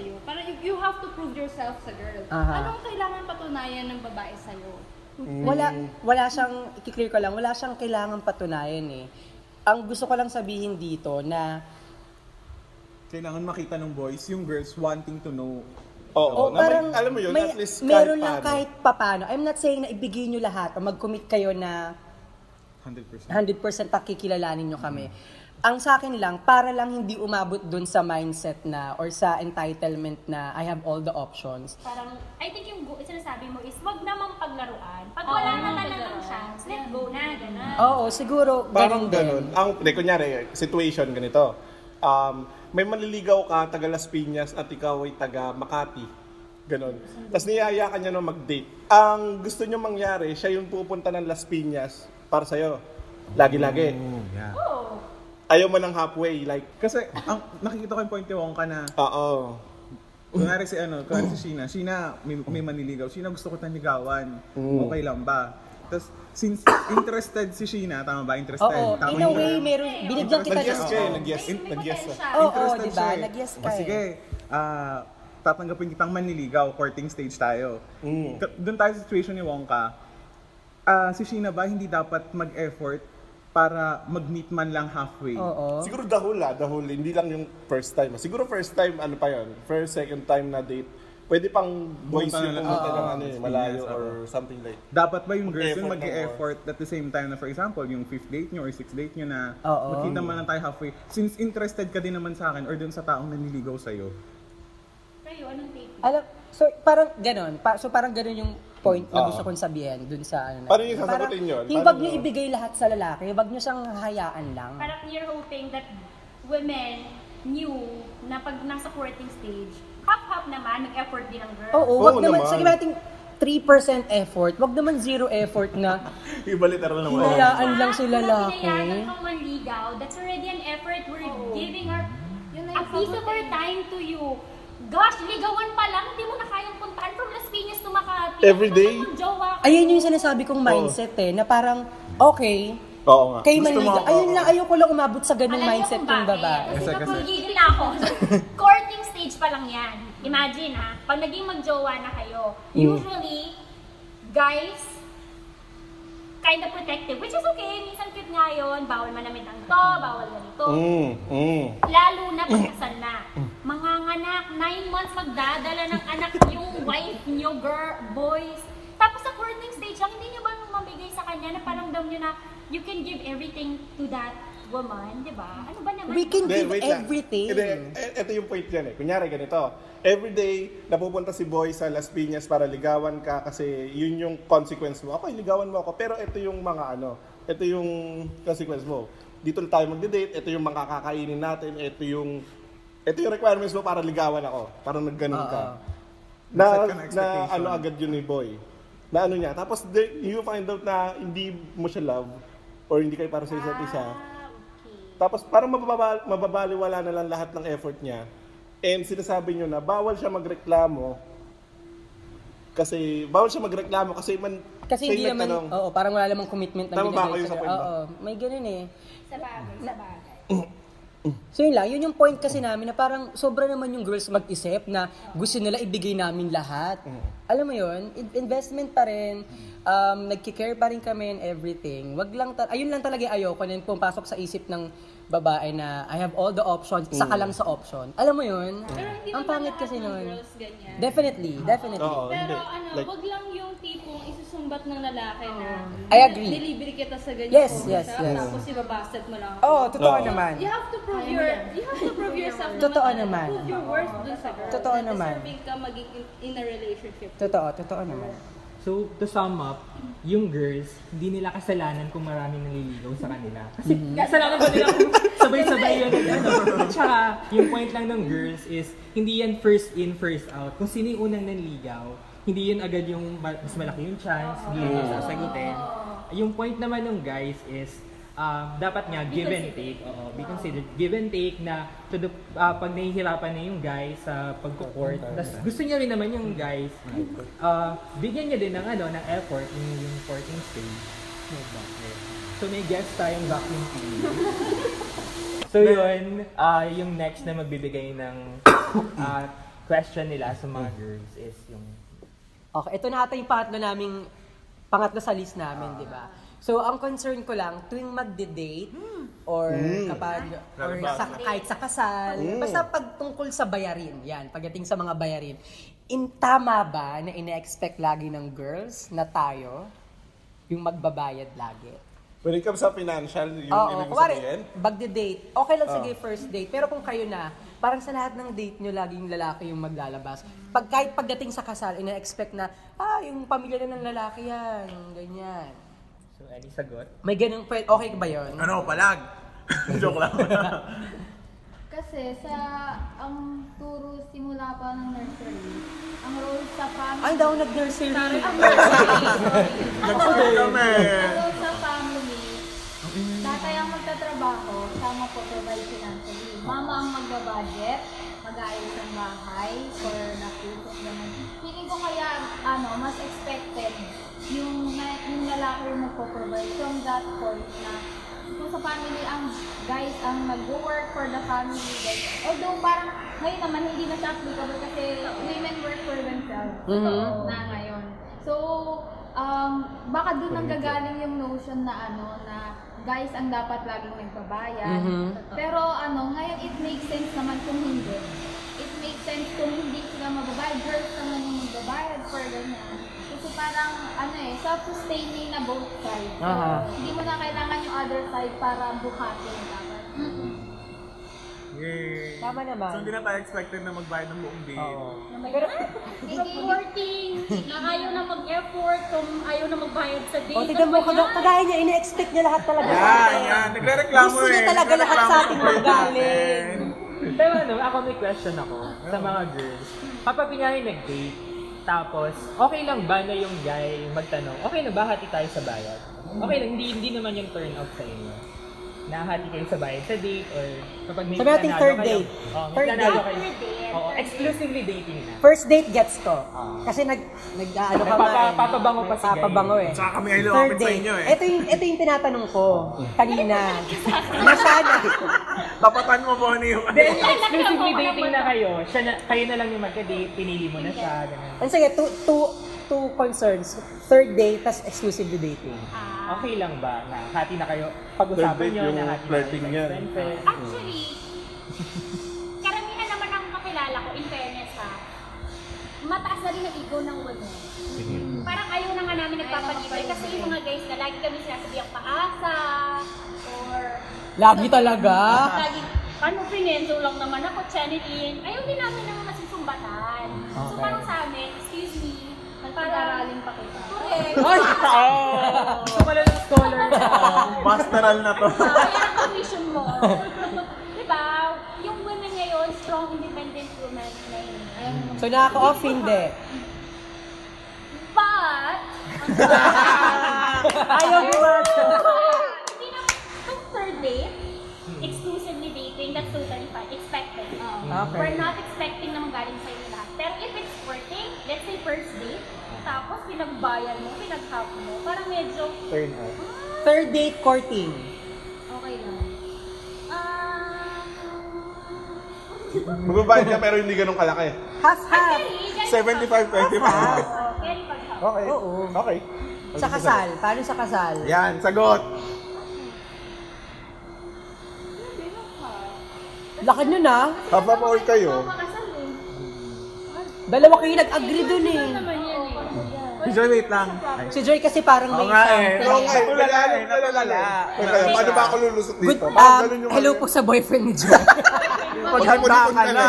you have to prove yourself sa girl. Aha. Anong kailangan patunayan ng babae sa'yo? Wala, Mm. wala siyang, i-clear ko lang, wala siyang kailangan patunayan eh. Ang gusto ko lang sabihin dito na, Kailangan makita ng boys yung girls wanting to know. oh, Oo, na may- parang, alam mo yun, may- at least kahit meron lang paano. kahit papano. I'm not saying na ibigay nyo lahat o mag-commit kayo na 100%. 100% pakikilalanin nyo Mm. kami. Ang sa akin lang, para lang hindi umabot dun sa mindset na or sa entitlement na I have all the options. Parang, I think yung go- sinasabi mo is, wag namang paglaruan. Ah, Pag wala na talagang chance, let go na, gano'n. Oo, siguro Parang ganun din. ganun. Ang, de, kunyari, situation ganito. Um, may manliligaw ka, taga Las Piñas, at ikaw ay taga Makati. Ganon. Tapos niyaya ka niya na mag-date. Ang gusto niyo mangyari, siya yung pupunta ng Las Piñas para sa'yo. Lagi-lagi. Mm. Mm-hmm. Ayaw mo ng halfway, like, Kasi ang nakikita ko yung point ni Wongka na oo. kunwari si ano, kunwari si Sheena, Sheena may, may manliligaw. Sheena gusto ko tayong ligawan. Mm. Okay lang ba? Tapos since interested si Sheena, tama ba? Interested. Oo, tama in a yun. way, meron, binigyan kita Nag-yes ng ka eh, Oo. nag-yes, nag-yes ka. potential. Oo, Interested di ba? siya eh. Nag-yes O, ka eh. Sige, ah, tatanggapin kitang manliligaw, courting stage tayo. Mm. Ka- Doon tayo sa situation ni Wongka. Ah, si Sheena ba hindi dapat mag-effort para mag-meet man lang halfway? Oo. Siguro dahul ah, dahul. Hindi lang yung first time. ah. Siguro first time, ano pa yun? First, second time na date. Pwede pang boys Pumunta na yung lang. pumunta Oo. ng ano, eh, malayo Yes, or something like. Dapat ba yung girls yung Mag-effort ng mag-effort at the same time na for example, yung fifth date nyo or sixth date nyo na Oo. magkita man lang tayo halfway. Since interested ka din naman sa akin or dun sa taong nanliligaw sa'yo. Kayo, anong take? Alam, so parang ganun. Pa, so parang ganun yung point na Oo. gusto kong sabihin dun sa ano. na- Paano Ah. yung sasagutin yun? Yung Paano wag niyo yun? ibigay lahat sa lalaki, wag niyo siyang hayaan lang. Parang you're hoping that women knew na pag nasa courting stage, half-half naman, nag-effort din ang girl. Oo, Oo wag naman. naman. Sabi natin 3% effort, wag naman zero effort na Ibalita rin naman. hinayaan lang si Kung lalaki. kang manligaw, that's already an effort. We're giving our, Yun na a yung piece of problem. our time to you. Gosh, ligawan pa lang, hindi mo na kayang puntahan from Las Piñas to Makati. Every Ano day? kung jowa ka? Ayun yung sinasabi kong mindset eh, na parang okay, Oo nga. kay Gusto mo manligaw. ako. Ayun lang, ayoko lang umabot sa ganung Alam niyo mindset kung ng bakit? babae. Kasi Kasi- kasi- napagigil na ako. Courting stage pa lang yan. Imagine ha, pag naging magjowa na kayo, Mm. usually, guys, kind of protective, which is okay, minsan cute nga yun, bawal manamit ang to, bawal ganito. Mm, mm. Lalo na pag kasal na. Manganganak, nine months magdadala ng anak yung wife nyo, girl, boys. Tapos sa courting stage lang, hindi nyo ba mamigay sa kanya na parang dam nyo na you can give everything to that woman, di ba? Ano ba naman? We can Hindi, give wait lang. everything. Hindi, eh, ito yung point yan eh. Kunyari ganito. Every day, napupunta si boy sa Las Piñas para ligawan ka kasi yun yung consequence mo. Ako, ligawan mo ako. Pero ito yung mga ano, ito yung consequence mo. Dito tayo magde-date, ito yung mga kakainin natin, ito yung ito yung requirements mo para ligawan ako. Parang nagganon ka. Ah, Na, Nag-set ka ng na expectation. ano agad yun ni boy. Na ano niya. Tapos the- you find out na hindi mo siya love or hindi kayo para sa isa't isa. Ah, okay. Tapos parang mababal, mababaliwala na lang lahat ng effort niya. And sinasabi niyo na bawal siya magreklamo kasi bawal siya magreklamo kasi man Kasi siya hindi yung naman, nagtanong. oo, parang wala namang commitment na Tama ba binigay kayo sa point ba? Oo, may ganun eh. Sa bagay, sa bagay. So yun lang, yun yung point kasi namin na parang sobra naman yung girls mag-isip na gusto nila ibigay namin lahat. Mm. Alam mo yun, in- investment pa rin, um, nagkikare pa rin kami and everything. Wag lang ta- ayun lang talaga yung ayoko na yung pumapasok sa isip ng babae na I have all the options, Mm. saka lang sa option. Alam mo yun? Pero hindi Ang naman pangit lahat kasi ng nun. girls ganyan. Definitely, definitely. Oo, hindi. Pero ano, Like, wag lang yung tipong isusumbat ng lalaki na Oh. I agree. delivery kita sa ganyan. Yes, yes, usap, yes. Tapos ibabasted mo lang. Oo, totoo Oo. naman. You have to prove your you have to prove yourself. Totoo naman. talaga. Prove your worth dun sa girl. Totoo na naman. Deserving ka maging in, in a relationship. Totoo, totoo naman. So, to sum up, yung girls, hindi nila kasalanan kung maraming naliligaw sa kanila. Kasi kasalanan ba nila kung sabay-sabay yun? Ano? At saka, yung point lang ng girls is, hindi yan first in, first out. Kung sino yung unang nanligaw, hindi yun agad yung ma- mas malaki yung chance, hindi yun yung sasagutin. Yung point naman ng guys is, ah, dapat nga give and take. Oo, be considered. Give and take na to the, ah, pag nahihirapan na yung guy sa pagko-court, tas gusto niya rin naman yung guys, ah, bigyan niya din ng ano, ng effort yung, yung courting stage. So may guest tayong vacuum cleaner. So yun, ah, yung next na magbibigay ng ah, question nila sa mga girls is yung Okay, ito na ata yung pangatlo naming, pangatlo sa list namin, di ba? So, ang concern ko lang, tuwing magde-date, or kapag, or sa, kahit sa kasal, basta pag tungkol sa bayarin, yan, pagdating sa mga bayarin, in tama ba na ina-expect lagi ng girls na tayo yung magbabayad lagi? When it comes sa financial, yung Oo, ibig kumari, sabihin. magde-date. Okay lang sige, Ah. first date. Pero kung kayo na, parang sa lahat ng date nyo, laging lalaki yung maglalabas. Pag, kahit pagdating sa kasal, ina-expect na, ah, yung pamilya na ng lalaki yan, ganyan. so any sagot? May ganun pwede, okay ba yun? Ano, palag? Joke lang. Kasi sa ang turo simula pa ng nursery, ang role sa family. Ay, daw nag-nursery. Ang nursery. Nag-sorry kami. ang role sa family, tatay ang magtatrabaho, sama po provide financially. Mama ang magba-budget, mag-aayos ng bahay, for nakutok naman. Feeling ko kaya, ano, mas expected yung, na- yung lalaki yung magpo-provide from that point na kung sa family ang guys ang nag-work for the family guys. Although parang ngayon naman hindi na siya applicable kasi women work for themselves na ngayon. So, um, baka doon ang gagaling yung notion na ano na guys ang dapat laging nagbabayad. Pero ano, ngayon it makes sense naman kung hindi. It makes sense kung hindi sila magbabayad. Girls naman yung magbabayad for ganyan. Kasi parang ano eh, self-sustaining na both sides. So, Aha. hindi mo na kailangan yung other side para buhatin dapat. Yay. Tama naman. So, hindi na tayo expected na magbayad ng buong bill. Oo. Supporting, na ayaw na mag-effort, kung ayaw na magbayad sa date. Ano O, tignan mo, kag- kagaya niya, ina-expect niya lahat talaga. sa Yan, atin. yan. Nagre-reklamo Gusto niya eh. talaga lahat sa ating Nagre-reklamo eh. magaling. Pero ano, ako may question ako sa mga girls. Kapag kunyari nag-date, tapos okay lang ba na yung guy magtanong, okay na ba hati tayo sa bayad? Okay lang, hindi, hindi naman yung turn off sa inyo. Nahati kayo sa bayad sa date or kapag may Sabi natin planado third kayo- date. Oh, may Third planado date. kayo. Oo, exclusively dating na. First date gets to. Ah. Kasi nag, nag ano ka pa. Papa- eh. papabango pa si Gay. Papabango eh. Saka kami ay lumapit sa date. inyo eh. Ito yung, ito yung tinatanong ko kanina. na sana. Tapatan mo, Bonnie, yung ano. Then, exclusively dating na kayo, siya na, kayo na lang yung magka-date, pinili mo na siya, ganun. Ang sige, two, two, two concerns. Third date, tas exclusively dating. Ah. Oh. Okay lang ba na hati na kayo, Third pag-usapan date nyo yung na hati na flirting kayo yan. sa friend Actually, karamihan naman ang kakilala ko, in fairness ha, mataas na rin ang ego ng women. Parang ayaw na nga namin nagpapalibay kasi yung mga guys na lagi kami sinasabihang paasa or Lagi talaga. lagi, paano pinento lang naman ako, channeling. Ayaw din namin ng masisumbatan. So Okay. parang sa amin, excuse me, Pag-aralin pa kita. Correct. Ay! So, wala ng scholar na. Pastoral na to. Kaya ang vision mo. diba? Yung women ngayon, strong, independent women na yun. So nakaka-off, hindi. But, Ayaw ko ba? hindi na, kung third date, exclusively dating, that's totally fine. Expected. Okay. We're not expecting na magaling sa'yo yung lahat. Pero if it's working, let's say first date, tapos pinagbayan mo, pinaghap mo, parang medyo, hmm, Turn off. Third date, courting. okay lang. Ah, Magbabayad ka pero hindi ganun kalaki. Half-half. actually, ganun pa. Ah. 75-25. Oo, very paghap. Okay. Oo. Okay. Sa kasal. Paano sa kasal? Yan, sagot. Lakad nyo na. Half-half hour kayo. Dalawa kayo nag-agree dun eh. Enjoy, wait lang. Ay. Si Joy kasi parang Oo may nga isang- eh. Okay, Ay, natulala, eh, natulala. Wait, lang, paano ba ako lulusot Good, dito? um, ganun yung hello ano po sa boyfriend ni Joy. yun? Paghanda ka Ulit-ulit na.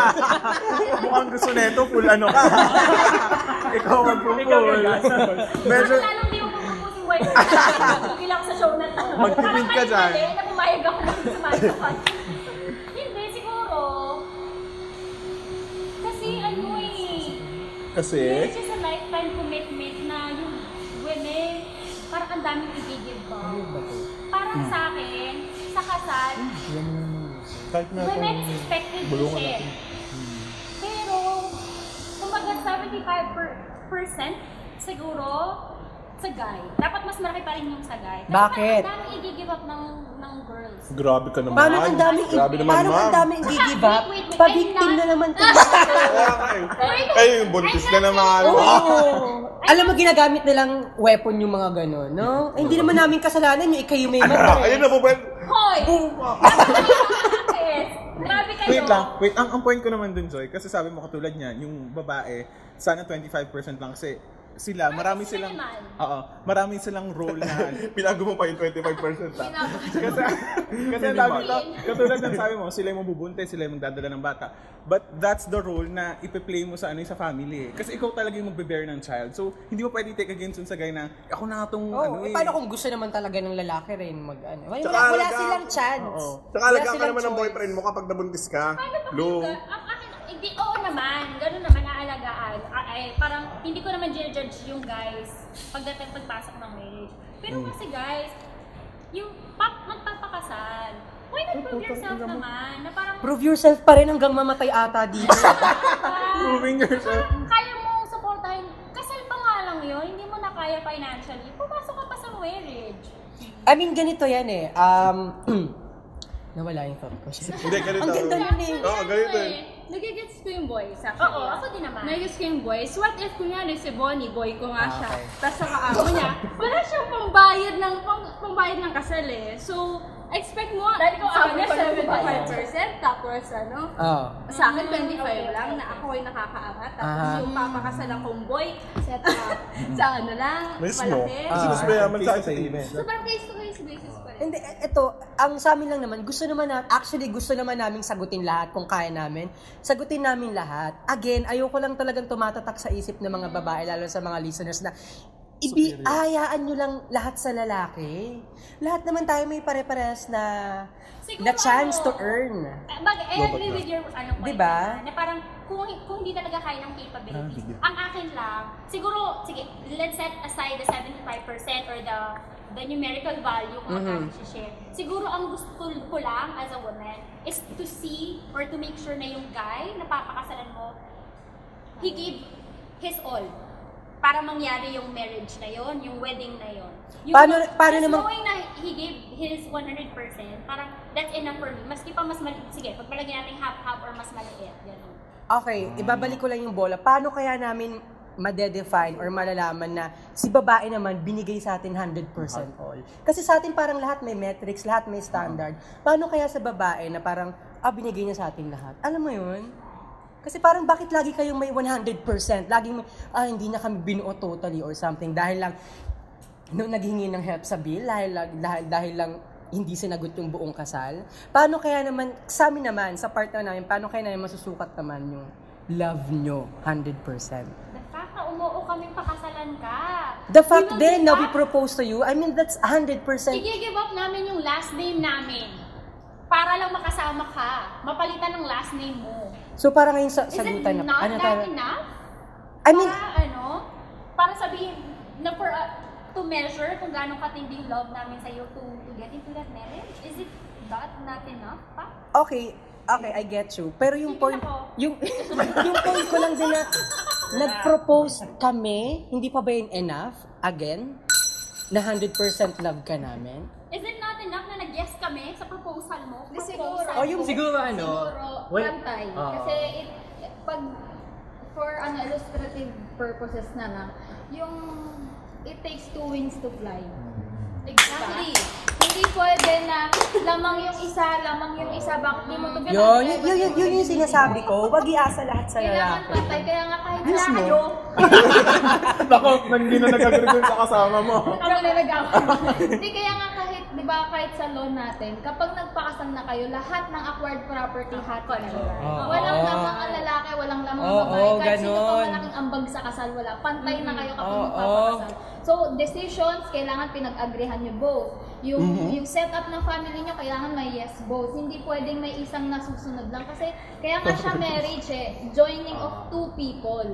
Mukhang gusto neto, full ano ka. Ikaw ang Ikaw yung pupul. gasol. Medyo, Medyo... Lalong di mo pupunta si wife. Tumigil ako sa show na to. Magtipid ka Parang dyan. mali-mali na pumayag ako na sumali sa podcast. Hindi, siguro. Kasi ano eh, Hmm, Kasi, it's just a lifetime commitment na yung women, parang ang daming ibigin ba? Ano Parang Hmm. sa akin, sa kasal, kahit na women is expected to Bulungan share. natin. Hmm. Pero, kumbaga 75% siguro sa guy. Dapat mas malaki pa rin yung sa guy. Dapat Bakit? Ang daming i-give up ng, ng girls. Grabe ka naman. Paano ang daming, Grabe naman, paano ang ma'am. daming gi-give up? Wait, wait, wait. Pabiktim na naman to. Kaya nga eh. Ayun, yung buntis na ng mga ano. Oo. Alam mo, ginagamit nilang weapon yung mga gano'n, no? Eh, hindi naman namin kasalanan yung ikayo may Ah, mata. Ayun, napupunta. Hoy! Yes. Grabe kayo. Wait lang, wait. Ang, ang point ko naman dun, Joy, kasi sabi mo katulad niya, yung babae, sana 25% lang kasi sila, marami silang, oo, marami silang role na, Pinago mo pa yung ah. 25% ha. kasi, kasi ang dami daw- katulad ng sabi mo, sila yung mabubuntis, sila yung magdadala ng bata. But that's the role na ipe-play mo sa ano sa family eh. Kasi ikaw talaga yung magbe-bear ng child. So, hindi mo pwede take against dun sa guy na, ako na nga tong, Oh, Oo, ano eh, eh. paano kung gusto naman talaga ng lalaki rin mag ano? Wala, Tsaka wala alaga- silang chance. Oo. Oh. Tsaka Wala alaga ka silang naman ng choice. boyfriend mo kapag nabuntis ka. Paano ba Lo. kasi, ang akin, hindi, oo naman, ganun naman naalagaan. Ah, Ay, parang, hindi ko naman judge yung guys pagdating pagpasok ng marriage. Pero Hmm. kasi guys, yung pag magpapakasal, why not prove yourself naman? Na parang, ah, Prove yourself pa rin hanggang mamatay ata dito. Proving yourself. kaya mo supportahin, kasal pa nga lang yun, hindi mo na kaya financially, pumasok ka pa sa marriage. I mean, ganito yan eh. Um, nawala yung thought ko. Shit. Hindi, ganito. Ang ganda nun eh. Oo, ganito eh. Nagigets ko yung boys, actually. Oo, ako din naman. Nagigets ko yung boys. What if, kunyari, si Bonnie, boy ko nga siya. Tapos sa kaamo niya, wala siyang pambayad ng, pang, pambayad ng kasal eh. So, expect mo, Dahil ko sa ako kanya, na 75%, tapos ano, Oo. sa akin 25 lang na ako ay nakakaangat. Tapos Ah. yung papakasal ng homeboy, Set up. sa ano lang, Mismo. malaki. Kasi mas mayaman sa akin sa iyo. So parang face to face basis pa rin. Hindi, eh, eto, ang sa amin lang naman, gusto naman na, actually gusto naman naming sagutin lahat kung kaya namin. Sagutin namin lahat. Again, ayoko lang talagang tumatatak sa isip ng mga babae, lalo sa mga listeners na, ibi, hayaan nyo lang lahat sa lalaki. Lahat naman tayo may pare-pares na, Siguro na chance ano, to earn. Eh, Bag, I agree with your ano point. Diba? Na parang kung, kung hindi talaga kaya ng capabilities. ang akin lang, siguro, sige, let's set aside the 75% or the the numerical value kung mm share. Siguro ang gusto ko lang as a woman is to see or to make sure na yung guy na papakasalan mo, he gave his all para mangyari yung marriage na yon, yung wedding na yon. Yung Paano- paano just naman- knowing na he gave his 100%, parang that's enough for me. Maski pa mas maliit, sige, pagpalagyan natin half-half or mas maliit, gano'n. Okay, ibabalik ko lang yung bola. Paano kaya namin madedefine or malalaman na si babae naman binigay sa atin 100% all? Kasi sa atin parang lahat may metrics, lahat may standard. Paano kaya sa babae na parang, ah, binigay niya sa atin lahat? Alam mo yun? Kasi parang bakit lagi kayong may 100%? Laging may, ah, hindi na kami binuo totally or something. Dahil lang, nung naghingi ng help sa bill, dahil, lang- dahil, dahil lang hindi sinagot yung buong kasal. Paano kaya naman, sa amin naman, sa part na namin, paano kaya namin masusukat naman yung love nyo 100%? The fact na umuo kaming pakasalan ka. The fact will give then na up. we propose to you, I mean, that's 100%. Sige-give up namin yung last name namin. Para lang makasama ka. Mapalitan ng last name mo. So para ngayon sa Is it sagutan na, not ano that tayo? enough? I mean, para ano, para sabihin na for uh, to measure kung gaano katindi yung love namin sa'yo to, to get into that marriage, is it that not enough pa? okay, okay, I get you. Pero Sige yung point, na po. yung, yung point ko lang din na, nag-propose kami, hindi pa ba yun enough, again, na 100% love ka namin? Is it not enough na nag-yes kami sa proposal mo? Di Oh, siguro. Proposal. O yung siguro ano? Siguro, wal- pantay. Ah. Oo. Kasi it, pag for ano, illustrative purposes na lang, yung it takes two wings to fly. Hmm. Exactly. Hindi pwede na lamang yung isa, lamang yung isa, bakit di mo to Yun, yun, yun, yun, yun yung sinasabi ko. Wag iasa lahat sa Kailangan lalaki. pantay, kaya nga kahit wala kayo, Ako, hindi na nagkagalit sa kasama mo. Ano na nag-away? Hindi, kaya nga kahit, di ba, kahit sa loan natin, kapag nagpakasal na kayo, lahat ng acquired property hati kayo. walang lamang ang lalaki, walang lamang ang Oo, babae. Kahit sino pa ganun. malaking ambag sa kasal, wala. Pantay na kayo kapag Oo. magpapakasal. So, decisions, kailangan pinag-agreehan nyo both. Yung, Mm-hmm. yung setup ng family nyo, kailangan may yes both. Hindi pwedeng may isang nasusunod lang. Kasi, kaya nga siya marriage eh. Joining of two people.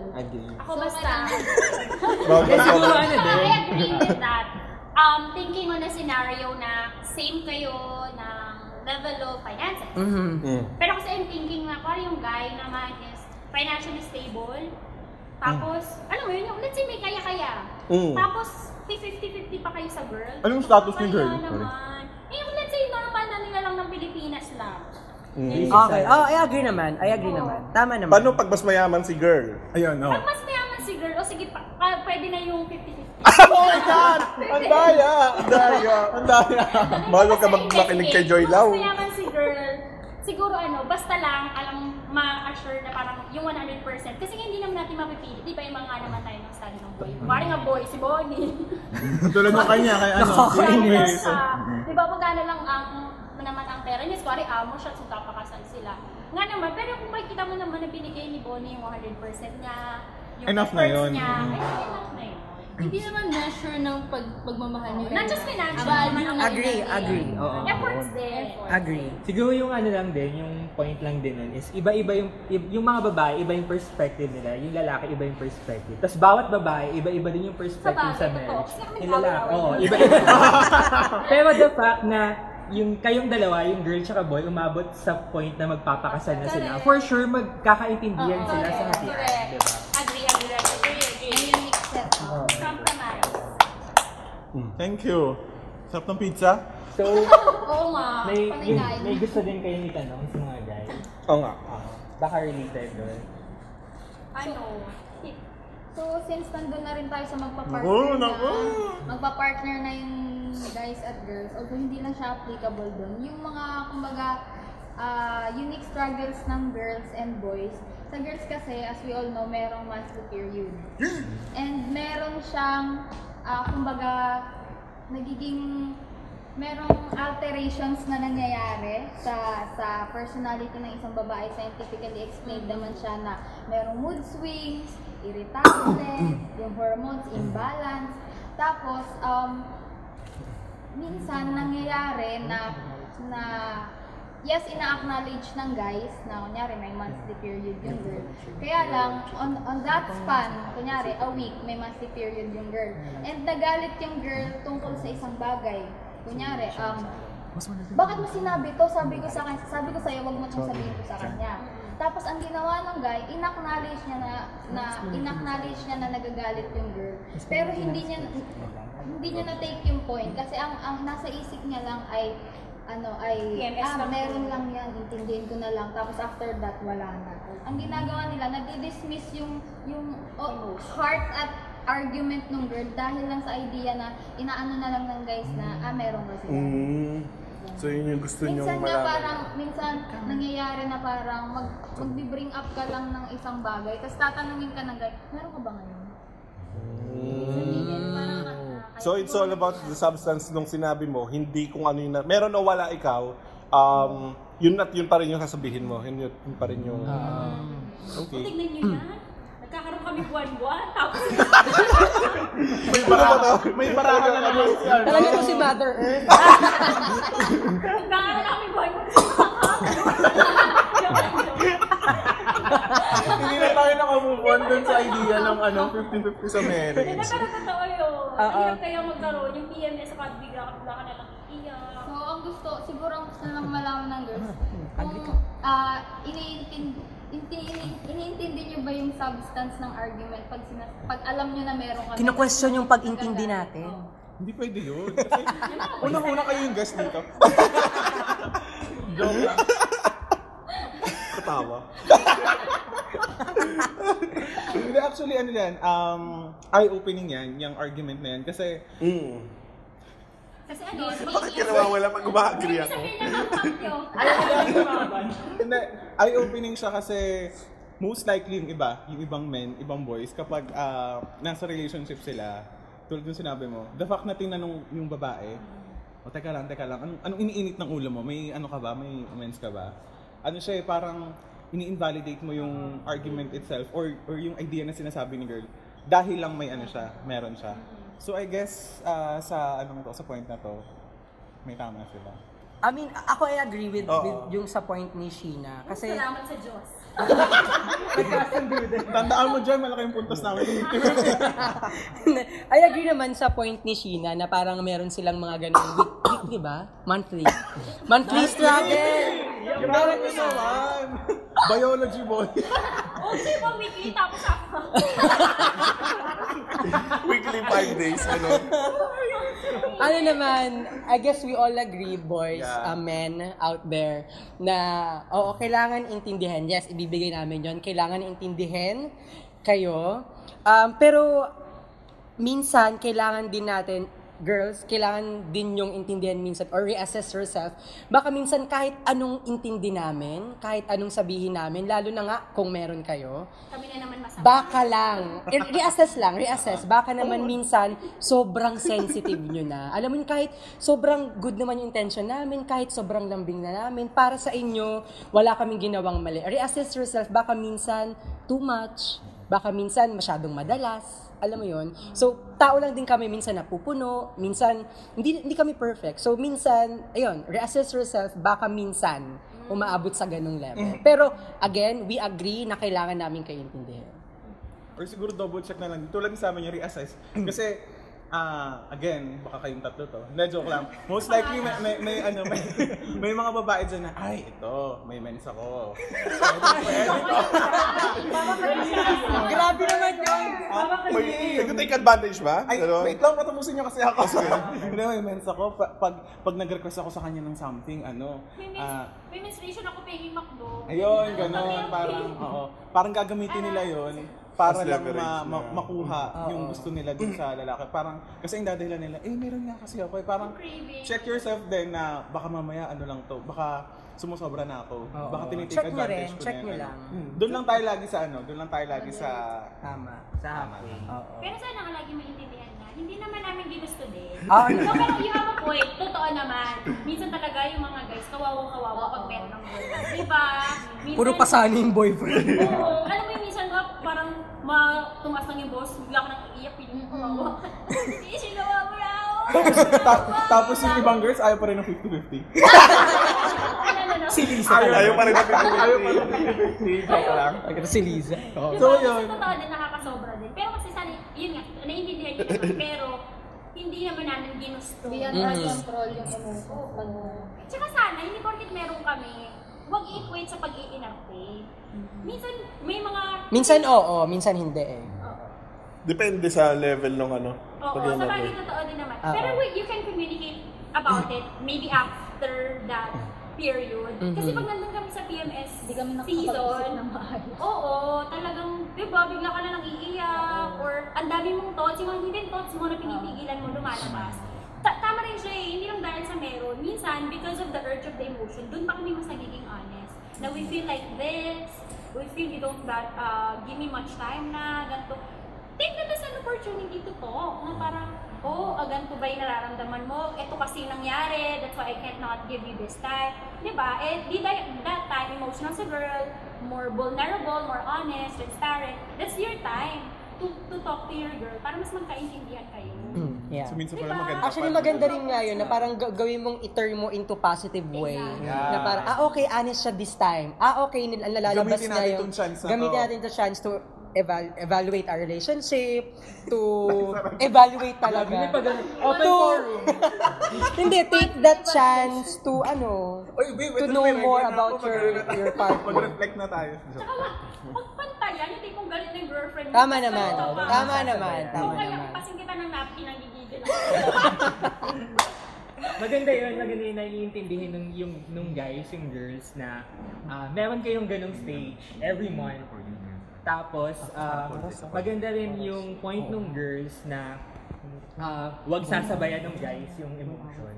Ako So, basta. kailangan- Eh, siguro ano Basta, din. I agree with that. Um, thinking on a scenario na same kayo ng level of finances. Mhm. Mm. Pero kasi I'm thinking na parang yung guy naman is financially stable. Tapos, Hmm. alam mo yun, yung, let's say may kaya-kaya. Mm. Tapos, 50-50 pa kayo sa girl. Anong status ni girl? Kaya naman. Eh, let's say normal na nila lang ng Pilipinas lang. Okay. Oh, I agree naman. I agree naman. Tama naman. Mm-hmm. Paano pag mas mayaman si girl? Ayun, no. Pag mas mayaman si girl, o sige, pa, pa, pwede na yung 50-50. Oh my God! Ang daya! Ang daya! Ang daya! Mahal wag ka mag- makinig kay Joy Lau. eh, Mas mayaman si girl, siguro ano, basta lang, alam, ma-assure na parang yung 100%. Kasi nga hindi naman natin mapipili. Di ba yung mga naman tayo ng study ng boy? Hmm. Parang nga boy, si Bonnie. Tulad mo kanya, kay ano, si Tapos, Ingrid. ah, di ba magkano lang ah, mm, ang naman ang pera niya, kuwari amo siya, so tapakasan sila. Nga naman, pero kung makikita mo naman na binigay ni Bonnie yung 100% niya, yung Enough na efforts yun. Niya, Mm. ay, Eh, enough na yun. Hindi naman measure ng pag pagmamahal niya. Not just financial. Value ng Agree, ilan eh. agree. Oo. Efforts din. Agree. Siguro yung ano lang din, yung point lang din nun is iba-iba yung i- yung mga babae, iba yung perspective nila, yung lalaki iba yung perspective. Tapos bawat babae, iba-iba din yung perspective Sa sa, bagay, marriage. totoo. Kasi kami Yung lalaki, nag-away-away oo, nun. iba-iba. Pero the fact na yung kayong dalawa, yung girl tsaka boy, umabot sa point na magpapakasal na sila. For sure, magkakaintindihan sila sa hatian. Correct. Diba? Agree, agree, agree, agree. Yun yung next step. Compromise. Thank you. Sarap ng pizza? So, Oo nga. may, Panay tayo. may gusto din kayong itanong sa mga guys. Oo nga. Ah, baka related doon. Ano? So, since nandun na rin tayo sa magpa-partner Oo, na, naku. magpa-partner na yung guys at girls, although hindi lang siya applicable dun, yung mga, kumbaga, ah, unique struggles ng girls and boys, sa girls kasi, as we all know, merong monthly period. And meron siyang, ah, kumbaga, nagiging merong alterations na nangyayari sa sa personality ng isang babae. Scientifically explained naman siya na merong mood swings, irritable, yung hormones imbalance. Tapos, um, minsan nangyayari na na yes, ina-acknowledge ng guys na kunyari may monthly period yung girl. Kaya lang, on, on that span, kunyari a week, may monthly period yung girl. And nagalit yung girl tungkol sa isang bagay. Kunyari, um, bakit mo sinabi to? Sabi ko sa kanya, sabi ko sa'yo, wag mo itong sabihin ko sa kanya. Tapos ang ginawa ng guy, inacknowledge niya na, na inacknowledge niya na nagagalit yung girl. Pero hindi niya hindi niya na take yung point kasi ang ang nasa isip niya lang ay ano ay PMS ah, lang. meron lang yan, intindihin ko na lang. Tapos after that, wala na. Ang ginagawa nila, nadi-dismiss yung, yung oh, heart at argument ng girl dahil lang sa idea na inaano na lang ng guys na, ah, meron kasi. Mm. So yun yung gusto niyong Minsan nga parang, malaman. minsan nangyayari na parang mag, magbi-bring up ka lang ng isang bagay, tapos tatanungin ka ng guy, meron ka ba ngayon? Sabihin, parang, ah, So it's all about the substance nung sinabi mo, hindi kung ano yung na, meron o wala ikaw, um, yun at yun pa rin yung sasabihin mo, yun, yun pa rin yung, Ah. okay. Tignan niyo yan. Nagkakaroon kami buwan-buwan. Tapos, May baraha, may baraha na naman si Arnold. Talaga to si Mother Earth. nagkakaroon kami buwan-buwan. Joke lang, joke. Hindi na tayo nakamove on dun sa idea ng ano, 50-50 sa Hindi na marriage. pero totoo yun. Oo. Ang hirap kaya magkaroon yung PMS sa bigla ka bigla ka na lang iiyak. So, ang gusto, siguro ang gusto lang malaman ng girls, kung ah iniintindi, inti- iniintindi nyo ba yung substance ng argument pag, sinas pag alam nyo na Oh, meron kami? Kino-question yung pag-intindi natin. Oo. Hindi pwede yun. Kasi unang-una kayo yung guest dito. Joke lang. Katawa. Hindi, actually, ano yan, um, eye-opening yan, yung argument na yan. Kasi, Mm. Kasi ano, Bakit ka nawawala pag umaagree ako? sabihin niya ng fuck you. hindi, eye-opening siya kasi most likely yung iba, yung ibang men, ibang boys, kapag ah, nasa relationship sila, tulad yung sinabi mo, the fact na tinanong yung babae, o teka lang, teka lang, anong, anong iniinit ng ulo mo? May ano ka ba? May amends ka ba? Ano siya eh, parang ini-invalidate mo yung argument itself or, or yung idea na sinasabi ni girl dahil lang may ano siya, meron siya. So I guess ah, sa ano to, sa point na to, may tama sila. I mean, ako I agree with, Oo. with yung sa point ni Sheena. Kasi, Salamat sa Diyos. Tandaan mo dyan, malaki yung puntos namin. I agree naman sa point ni Sheena na parang meron silang mga ganun week, week, di ba? Monthly. Monthly struggle! Grabe ko naman! Biology boy. Okay, pang weekly tapos ako. Weekly five days, ano? ano naman, I guess we all agree, boys, Yeah. uh, men out there, na oo, kailangan intindihan. Yes, ibibigay namin yon Kailangan intindihan kayo. Um, pero, minsan, kailangan din natin, girls, kailangan din yung intindihan minsan or reassess yourself. Baka minsan kahit anong intindi namin, kahit anong sabihin namin, lalo na nga kung meron kayo, Kami na naman masama. Baka lang. I- Reassess lang, reassess. Baka naman minsan, sobrang sensitive nyo na. Alam mo yun, kahit sobrang good naman yung intention namin, kahit sobrang lambing na namin, para sa inyo, wala kaming ginawang mali. Reassess yourself, baka minsan, too much. Baka minsan, masyadong madalas. Alam mo yun? So, tao lang din kami minsan napupuno, minsan, hindi, hindi kami perfect. So, minsan, ayun, reassess yourself, baka minsan, umaabot sa ganung level. Pero, again, we agree na kailangan namin kayo intindihin. Or siguro double check na lang. Tulad sa amin yung reassess. Kasi, ah, again, baka kayong tatlo to. Hindi, joke lang. Most likely, may, may, may, ano, may, may mga babae dyan na, ay, ito, may mens ako. Grabe naman yun! May, may take advantage ba? Ay, Ganun? wait lang, patapusin niyo kasi ako. Hindi, may mens ako. Pa- pag, pag nag-request ako sa kanya ng something, ano, May, mis- ah, may menstruation ako pay Macdo. Ayun, Kami gano'n. ang Parang, oo. Parang gagamitin nila yon As para lang leverage ma- na. ma- makuha yung gusto nila dun sa lalaki. Parang, kasi yung dadahilan nila, eh, meron nga kasi ako. Eh, parang, Craving. check yourself din na baka mamaya ano lang to. Baka sumusobra na ako. Baka tinitake Check mo advantage rin, ko check na yan, mo ano. lang. Ah. Hmm. Doon lang tayo lagi sa ano. Doon lang tayo lagi sa... Tama. Sa halfway. Oo. Pero sana nga lagi maintindihan na, hindi naman namin ginusto din. Ah, no, pero you have a point. Totoo naman. Minsan talaga yung mga guys, kawawang-kawawa pag meron ng girl. Diba? Minsan, Puro pasani yung boyfriend. Oo. alam mo yung minsan nga, parang ma tumaas lang yung boss, bigla ka nang iiyak, piling kawawa. Hindi siya nawawaraw. Ta- tapos yung ibang girls, ayaw pa rin ng 50-50. Si Ayaw pa rin natin. Ayaw pa rin. Pagkata si Liza. So, So, yun. yun. Sa totoo din, nakakasobra din. Pero kasi sana, yun nga, naiintindihan ko naman, pero hindi naman namin ginusto. Beyond our control yung emotion. Tsaka sana, hindi porkit meron kami, huwag i-equate sa pag-iinarte. Minsan, may mga... Minsan oo, minsan hindi eh. Mm. Oo. Depende sa level ng ano. Oo, pag- sa bagay totoo din naman. Ah, Oo. Pero wait, you can communicate about it maybe after that period. Kasi pag nandun kami sa PMS Mm. Hindi kami season, nakakapag-isip ng maayos. Oo, talagang, di ba, bigla ka na lang iiyak, or ang dami mong thoughts, yung mga hidden thoughts mo na Ah. pinipigilan mo lumalabas. Mm-hmm. Ta- tama rin siya eh, hindi lang dahil sa meron. Minsan, because of the urge of the emotion, dun pa kami mas nagiging honest. Na we feel like this, we feel you don't that, uh, give me much time na, ganito. Take that as an opportunity to talk, na parang, oh, ah, ganito ba yung nararamdaman mo? Ito kasi yung nangyari, that's why I can't not give you this time. Di ba? Eh, di that, that time, emotional sa girl, more vulnerable, more honest, transparent, that's your time to to talk to your girl para mas magkaintindihan kayo. Hmm. Yeah. Diba? So, minsan pala maganda. Actually, pa. maganda rin nga yun na parang ga- gawin mong i-turn mo into positive way. Yeah. Na parang, ah okay, honest siya this time. Ah okay, nil- nalalabas Gamitin na natin yung... tong chance na to. gamitin natin itong chance to eval- evaluate our relationship, to evaluate talaga. Open To- forum. Hindi, take that chance to ano, Oy, wait, to wait, wait, know wait, wait, more wait, about wait, your wait, wait. your partner. Mag-reflect na tayo. Tsaka wag, wag pantayan, yung tipong galit ng girlfriend mo. Tama tapos naman. ganito pa. Tama naman. O Tama kaya, naman. pasin kita ng napkin, nagigigil ako. Maganda yun, maganda yun naiintindihin nung, yung, nung guys, yung girls na ah, meron kayong ganong stage every month. Tapos, ah, maganda rin yung point nung girls na ah, wag sasabayan ng guys yung emotion.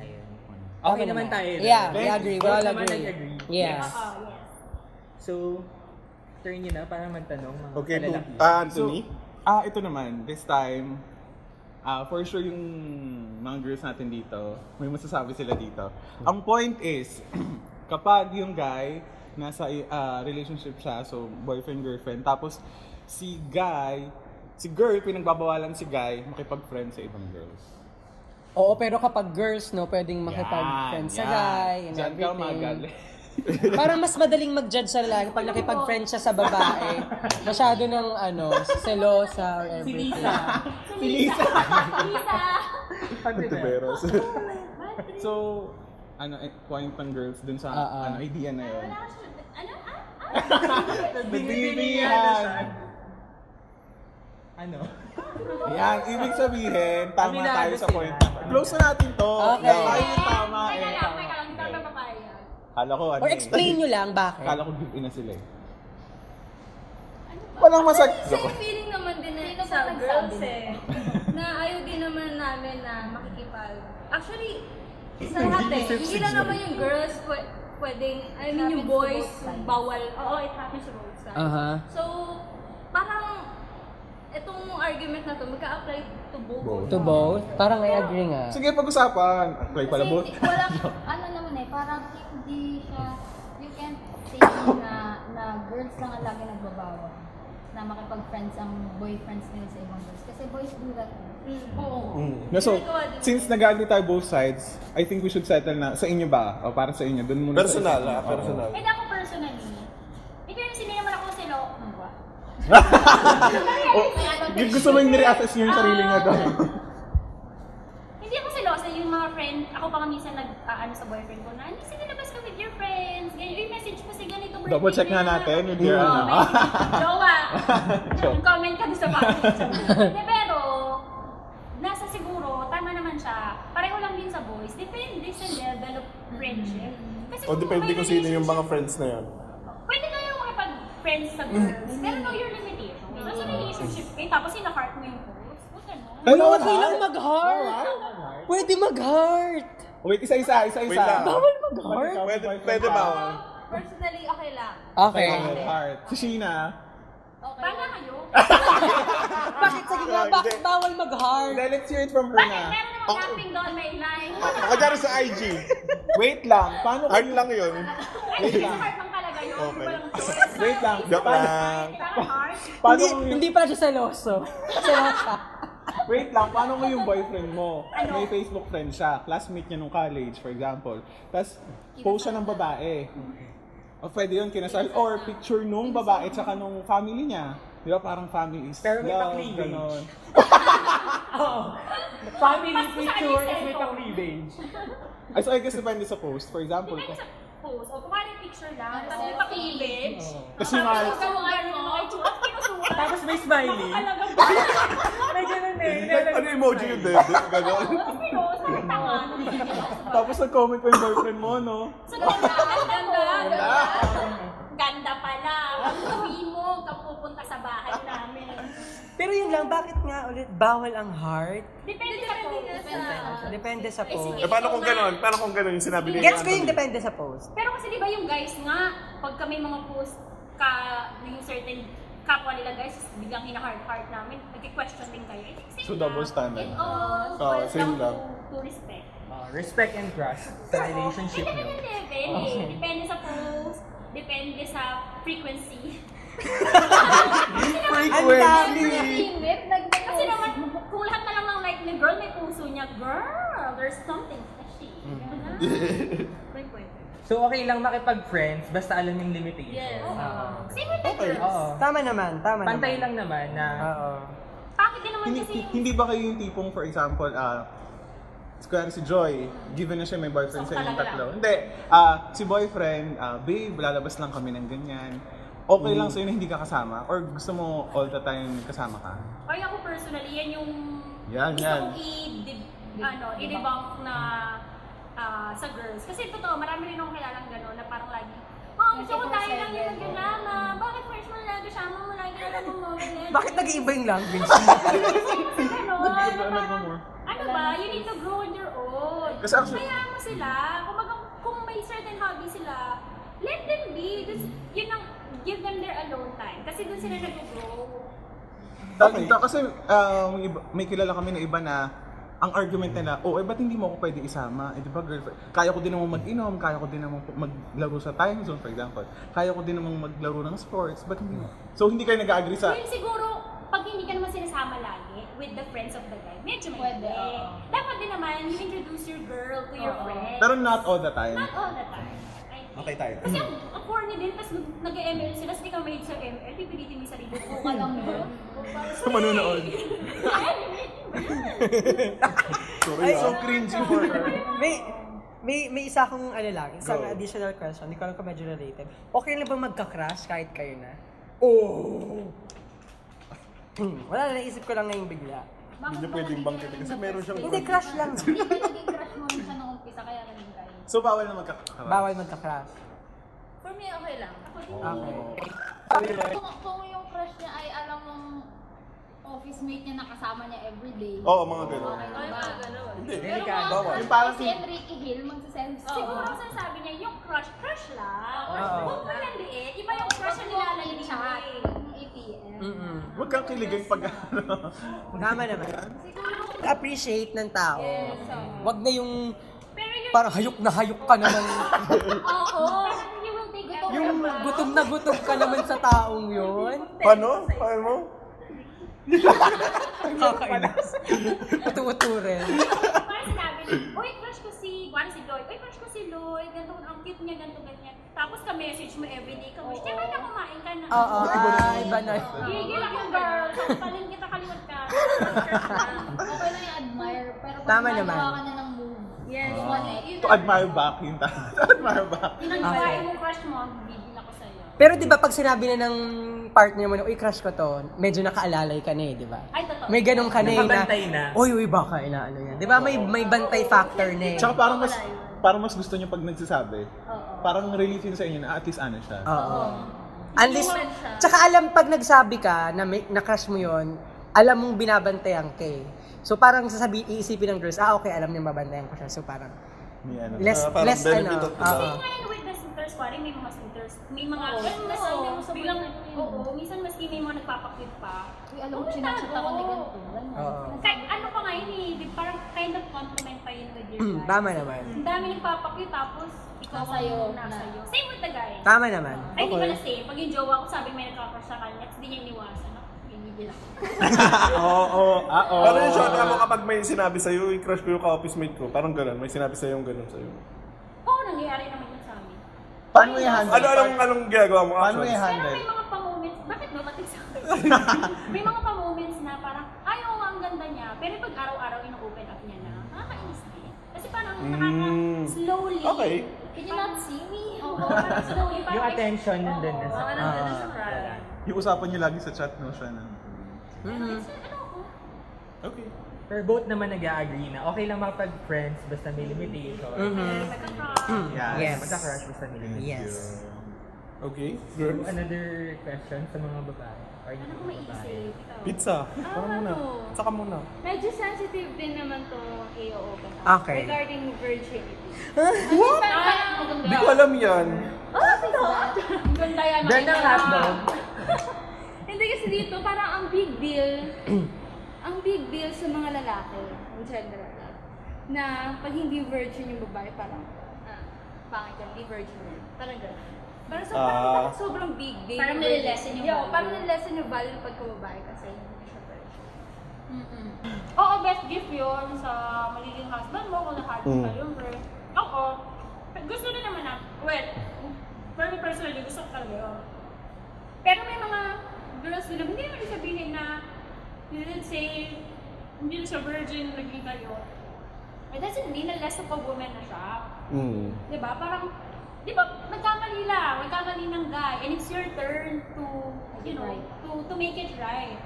Ayun. Okay naman tayo. no? Yeah, we agree. We all Both naman agree. nag-agree. Yes. Oo, yes. So, turn nyo na para magtanong mga Okay, to, kalalaki. ah, Anthony? Ah, ito naman. This time, ah for sure yung mga girls natin dito, may masasabi sila dito. Ang point is, kapag yung guy, nasa ah, relationship siya, so boyfriend, girlfriend, tapos si guy, si girl, pinagbabawalan si guy, makipag-friend sa ibang girls. Oo, pero kapag girls, no, pwedeng makipag-friend Yan, sa yan. guy and Ah, Diyan ka everything. magaling. Para mas madaling mag-judge sa lalaki pag nakipag-friend siya sa babae. Masyado ng ano, selosa or Si everything. Lisa. Si Lisa. Lisa. Tuberos. So, ano, eh, point ng girls dun sa Ah, ah. ano, idea na yun. Wala ka siya. Ano? Ah, ah. Nagbibihan! ano? Ayan, ibig sabihin, tama Aminado tayo sa sila. point. Close na natin to. Okay. Tayo yung tama Teka eh. lang, teka lang, hindi tayo papayag. Kala ko ano Or eh. explain nyo lang bakit. Kala ko give in na sila eh. Ano Walang masag... Kasi feeling naman din na sa girls eh, na ayaw din naman namin na makikipag. Actually, sa lahat eh, hindi lang naman yung girls pwe- pwedeng, I mean yung boys, bawal. Oo, it happens to both sides. Aha. So, parang itong argument na to, magka-apply to both. To both? Parang I agree nga. Sige, pag-usapan. Apply pala Kasi both. hindi- walang, ano naman eh, parang hindi siya, you can't say na, na girls lang ang lagi nagbabawal na makipag-friends ang boyfriends nila sa ibang girls. Kasi boys do that. eh. Mm. No, so, since nag-agree tayo both sides, I think we should settle na. Sa inyo ba? O para sa inyo? Doon muna Personal, sa ah, personal. Kahit ako personally, may parents hindi naman ako silo. Ano ba? Yung gusto mo yung nire-assess niyo yung sarili niya daw. Ah, Hindi ako silo. Sa yung mga friend, ako pa minsan nag, ah, ano sa boyfriend ko na, hindi, sige labas ka with your friends. Ganyan, yung message mo, sige ganito birthday Double check nga niya." natin with Oo, your ano. message. Jowa. Comment ka doon sa page. Hindi, pero, nasa siguro, tama naman siya. Pareho lang din sa boys. Depende sa level of friendship. Kasi O kung depende may kung sino yung relationship mga friends na yun. pwede kayo makipag-friends sa girls, pero know your limitation. So, sa relationship kayo, tapos in-heart mo yung post, huwag ganun. Ay, bawal lang mag-heart! Pwede mag-heart! Wait, isa-isa, isa-isa. Wait lang. Bawal mag-heart! Pwede, pwede ba? Personally, okay lang. Okay. Heart. Si Sheena. Paano kayo? Bakit sige nga, bakit bawal mag-heart? Then let's hear it from her Bakit na. meron namang laughing doll may line? Ako dyan sa IG. Wait lang. Paano Art lang yun. Ay, sa heart lang talaga yun. Okay. Walang choice. Wait lang. Joke lang. Parang heart. Paano Hindi, kung yung, hindi pala siya seloso. Selosa. wait lang, paano kung yung boyfriend mo, may Facebook friend siya, classmate niya nung college, for example, tapos post siya ng babae. O pwede yun, kinasal. Or picture nung babae tsaka nung family niya. Di ba parang family is Pero may love, pa-cleavage. ganun. Oo. Family Pasok sa picture aking is may cellphone. pang-revenge. Ay, so I guess depende sa post. For example, Depende kung- sa post. O kung ano yung picture lang, tapos may pakilibig. kasi yung mga- Tapos yung ganun, ay, tsura, kinusuan. Tapos may smiley. Talaga May ganun eh. Ano emoji yun, Dede? Ganon. Tapos pinos, parang tanga. tapos nag-comment pa yung boyfriend mo, no? ano. So, ganda, ganda, ganda. Ganda pala. Pag-uwi mo, kang pupunta sa bahay namin. Pero yun lang, bakit nga ulit bawal ang heart? Depende sa post. Depende sa Eh, post. paano kung ganon? Paano kung ganon yung sinabi niya? Gets ko yung depende sa post. Pero kasi di ba yung guys nga, pagka may mga post ka yung certain kapwa nila guys, biglang hina-hard-hard namin, nagki-question din kayo. I think same So, double lang. standard. It all Oo, boils oh, same down lang. to, to respect. Ah, respect and trust sa relationship Hindi niyo. naman level eh. Depende sa post, depende sa frequency. Frequently! Teammate, Kasi nag-post. naman, kung lahat na lang ng like ni girl, may puso niya, girl, there's something fishy. Ganun Mm. na. Frequent. So okay lang makipag-friends basta alam yung limitations. Yes. Ah. Same with the girls. Oo. Oh. Tama naman, tama naman. Pantay lang naman na Oo. Bakit din naman hindi, kasi yung hindi ba kayo yung tipong, for example, ah, kaya si Joy, given na siya may boyfriend So, sa inyong talaga tatlo. Hindi, ah, si boyfriend, ah, babe, lalabas lang kami ng ganyan. Okay lang sa'yo na hindi ka kasama? Or gusto mo all the time kasama ka? Ay, ako personally, yan yung Yan, gusto yan. kong i-deb- ano, i-debunk na ah, sa girls. Kasi totoo, marami rin akong kilalang gano'n na parang lagi, Oh, gusto ko tayo lang yung nagkasama. Bakit first mo lang kasama mo? Lagi na lang mo Bakit nag-iiba yung language? Gano'n, na parang, nagmamore. ano ba, you need to grow on your own. Kasi actually- Kaya mo sila, kung, kung may certain hobby sila, let them be. Just, yun ang, give them their alone time. Kasi doon sila nag-grow. Dahil dito, kasi um, iba- may kilala kami na iba na ang argument nila, oh, eh, ba't hindi mo ako pwede isama? Eh, di ba, girlfriend, kaya ko din namang mag-inom, kaya ko din namang maglaro sa time zone, for example. Kaya ko din namang maglaro ng sports, ba't hindi mo? So, hindi kayo nag-agree sa, Well, siguro, pag hindi ka naman sinasama lagi with the friends of the guy, medyo may Pwede, oo. Dapat din naman, you introduce your girl to your friend. pero not all the time. Not all the time. I think. Okay tayo. Kasi ang, ang corny din, tapos nag-ML sila, tapos hindi ka mahilig sa ML, pipilitin mo yung sarili mo. Buka lang yun. Sa manunood. Sorry, so cringe yung horror. may may may isa akong ano lang, isang additional question. Hindi ko alam kung medyo related. Okay lang ba magka-crush kahit kayo na? Oh! Wala, naisip ko lang ngayong bigla. Hindi niya pwedeng bangkitin kasi meron siyang Hindi, crush lang. Hindi ba naging crush mo rin siya nung umpisa kaya naging kayo? So, bawal na magkakakaroon. Bawal magka-crush. For me, okay lang. Okay. Kung, kung yung crush niya ay alam mong office mate niya nakasama niya everyday. Oo, mga ganun. Okay Ay, na ba? mga ganun. Pero kung Delikado. Bawal. Yung ang crush parang ay si si- Enrique Hill, magsasense. Oo. Siguro Siguro sinasabi niya, yung crush, crush lang. Or Oo. huwag mo lang liit. Iba yung crush na nilalay nilalay chat. chat. Yung ATM. Mm-mm. Huwag kang kiligay pag ano, Tama naman. Siguro Appreciate ng tao. Wag na yung Pero yung parang hayok na hayok ka naman. oo. you will take it yung gutom na gutom ka naman sa taong yun. Paano? Paano mo? Kakainis. Utu-uturin. parang sinabi niya, Uy, crush ko si, wala si Lloyd. Uy, crush ko si Lloyd. Ganito, ang cute niya, ganito, ganyan. Tapos ka-message mo everyday. Ka-wish, teka na kumain ka na. Oo, ay, iba na. Gigil ako, girl. Sa palin kita, kaliwat ka. Okay lang yung admire, pero pag Tama gumagawa naman. ka na ng move. Ah. Yes. To admire back yun. To admire back. Pinagbahay mo crush mo, gigil ako sa'yo. Pero di ba pag sinabi na ng partner mo na, uy, crush ko to, medyo nakaalalay ka na eh, di ba? Ay, totoo. May ganun Ano ka na eh, na, Nakabantay na. uy, uy, baka inaano yan. Di ba, may, may bantay factor na eh. Tsaka parang mas, parang mas gusto niya pag nagsasabi. Parang relief yun sa inyo na at least ano siya. Oo. Unless, tsaka alam, pag nagsabi ka na, may, na crush mo yon alam mong binabantayan ka eh. So parang sasabi, iisipin ng girls, ah okay, alam niya mabantayan ko siya. So parang, May ano. less, Ah, parang less ano. benefit of the oo. doubt. Ngayon with the suitors, pari may mga suitors. May mga, Oo. well, mas Oo. hindi mo sa Bilang- Oo, minsan maski may mga nagpapakwit pa. Uy, alam mo, Oo, chinachat ako ni tago. ganito. ganyan. Oo. Kahit ano pa nga yun eh, di parang kind of compliment pa yun with your Mm, guys. Tama naman. Ang dami nagpapakwit, tapos ikaw Nasa iyo ang nasa na. iyo. Same with the guy. Tama naman. Ay, hindi pala same. Pag yung jowa ko sabi may nagkakrush sa kanya, tapos hindi niya iniwasan. Ako, pinigil ako. Oo, oo, ah, oo. Ano yung shot mo kapag may sinabi sa'yo, yung crush ko yung ka-office mate ko? Parang ganun, may sinabi sa'yo yung ganun sa'yo. Oo, nangyayari naman yun sa amin. Paano yung handle? Ano, anong, anong ginagawa mo? Paano actions? yung Pero handle? may mga pa-moments, bakit dumating sa akin? may mga pa-moments na parang, ay oo nga, ang ganda niya. Pero pag araw-araw ino-open up niya na, nakakainis din. Kasi parang nakaka-slowly. Okay. Can you not see me? Oo, parang slowly. Parang Yung attention nandun na sa Baka kanya. nandun na sa crowd. Yung usapan niyo lagi sa chat, no, siya na. Mm-hmm. Okay. Pero both naman nag-agree na okay lang makapag-friends basta may limitation. Ah, Mhm. Nagka-crush. Yes. Magka-crush basta may limitation. Yes. Okay. So, Girls. Ano? another question sa mga babae. Or yung Ano ko mga babae. maisip? Ikaw. Pizza. Ah, Parang muna. ano? Saka muna. Medyo sensitive din naman to i-open up. Okay. Regarding virginity. What? Ah, Hindi ko alam yan. Ang ganda yan. Brand ng hotdog. Hindi kasi dito, parang ang big deal, ang big deal sa mga lalaki, in general, na pag hindi virgin yung babae, parang, ah, pangit yan, hindi virgin yan. Parang gano'n. Parang, so, parang, Ah. parang sobrang big deal. Parang virgin. nililesen yung Yeah, value. Parang nililesen yung value ng pagkababae kasi hindi siya virgin. Oo, best gift yun sa magiging husband mo kung nakalit ka yung girl. Ako, gusto na naman na, well, for me personally, gusto ko talaga yun. Pero may mga girls nila, hindi naman sabihin na, you didn't say, hindi na siya virgin, naging kayo. It doesn't mean na less of a woman na siya. Mm. Di ba? Parang, di ba, nagkamali lang, nagkamali ng guy, and it's your turn to, you know, to to make it right.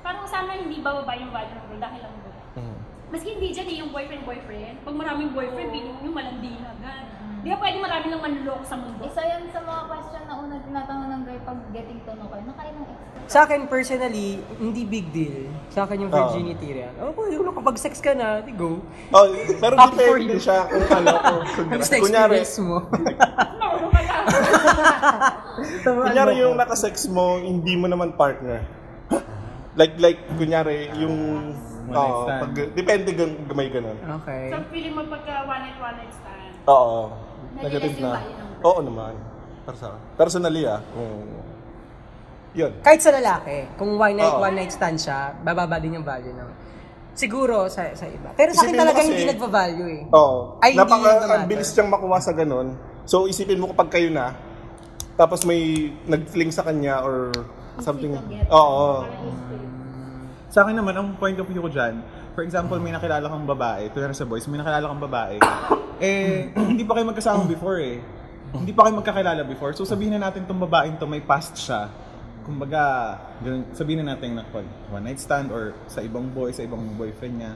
Parang sana hindi bababa yung value ng girl dahil lang girl. Mm. Maski hindi dyan eh, yung boyfriend-boyfriend. Pag maraming boyfriend, feeling mo yung malandi na agad. Mm-hmm. Di ba pwede marami lang manloloko sa mundo? Isa yan sa mga question na unang tinatanong ng girl pag getting to know kayo. Nakain ng ex. Sa akin personally, hindi big deal. Sa akin yung virginity rin. Oh, boy, ulo kapag sex ka na, di go. Oh, pero Happy for depende you. siya kung ano. kung- Ano sa Kunyari, experience mo? Marunong ka lang. Ano kunyari yung nakasex mo, hindi mo naman partner. like, like, kunyari, yung... One night Oo, stand. pag, depende gan, may ganun. Okay. so, feeling mo pagka one night, one night stand. Oo. Nalilis Negative yung na. value ng brand. Oo naman. Para sa akin. Personally ah. Mm. Yun. Kahit sa lalaki, kung one night, Oo. one night stand siya, bababa din yung value ng... Siguro sa sa iba. Pero sa akin Isipin mo talaga kasi- hindi nagva-value eh. Oo. Ay, hindi yun naman. Napaka ang bilis siyang makuha sa ganun. So isipin mo kapag kayo na, tapos may nag-fling sa kanya or something. to get. Oo. Sa akin naman, ang point of view ko dyan, for example, may nakilala kang babae, tulad sa boys, may nakilala kang babae, eh, hindi pa kayo magkasama before eh. Hindi pa kayo magkakilala before. So sabihin na natin tong babaeng to may past siya. kumbaga, ganun, sabihin na natin nakapag one night stand or sa ibang boy, sa ibang boyfriend niya.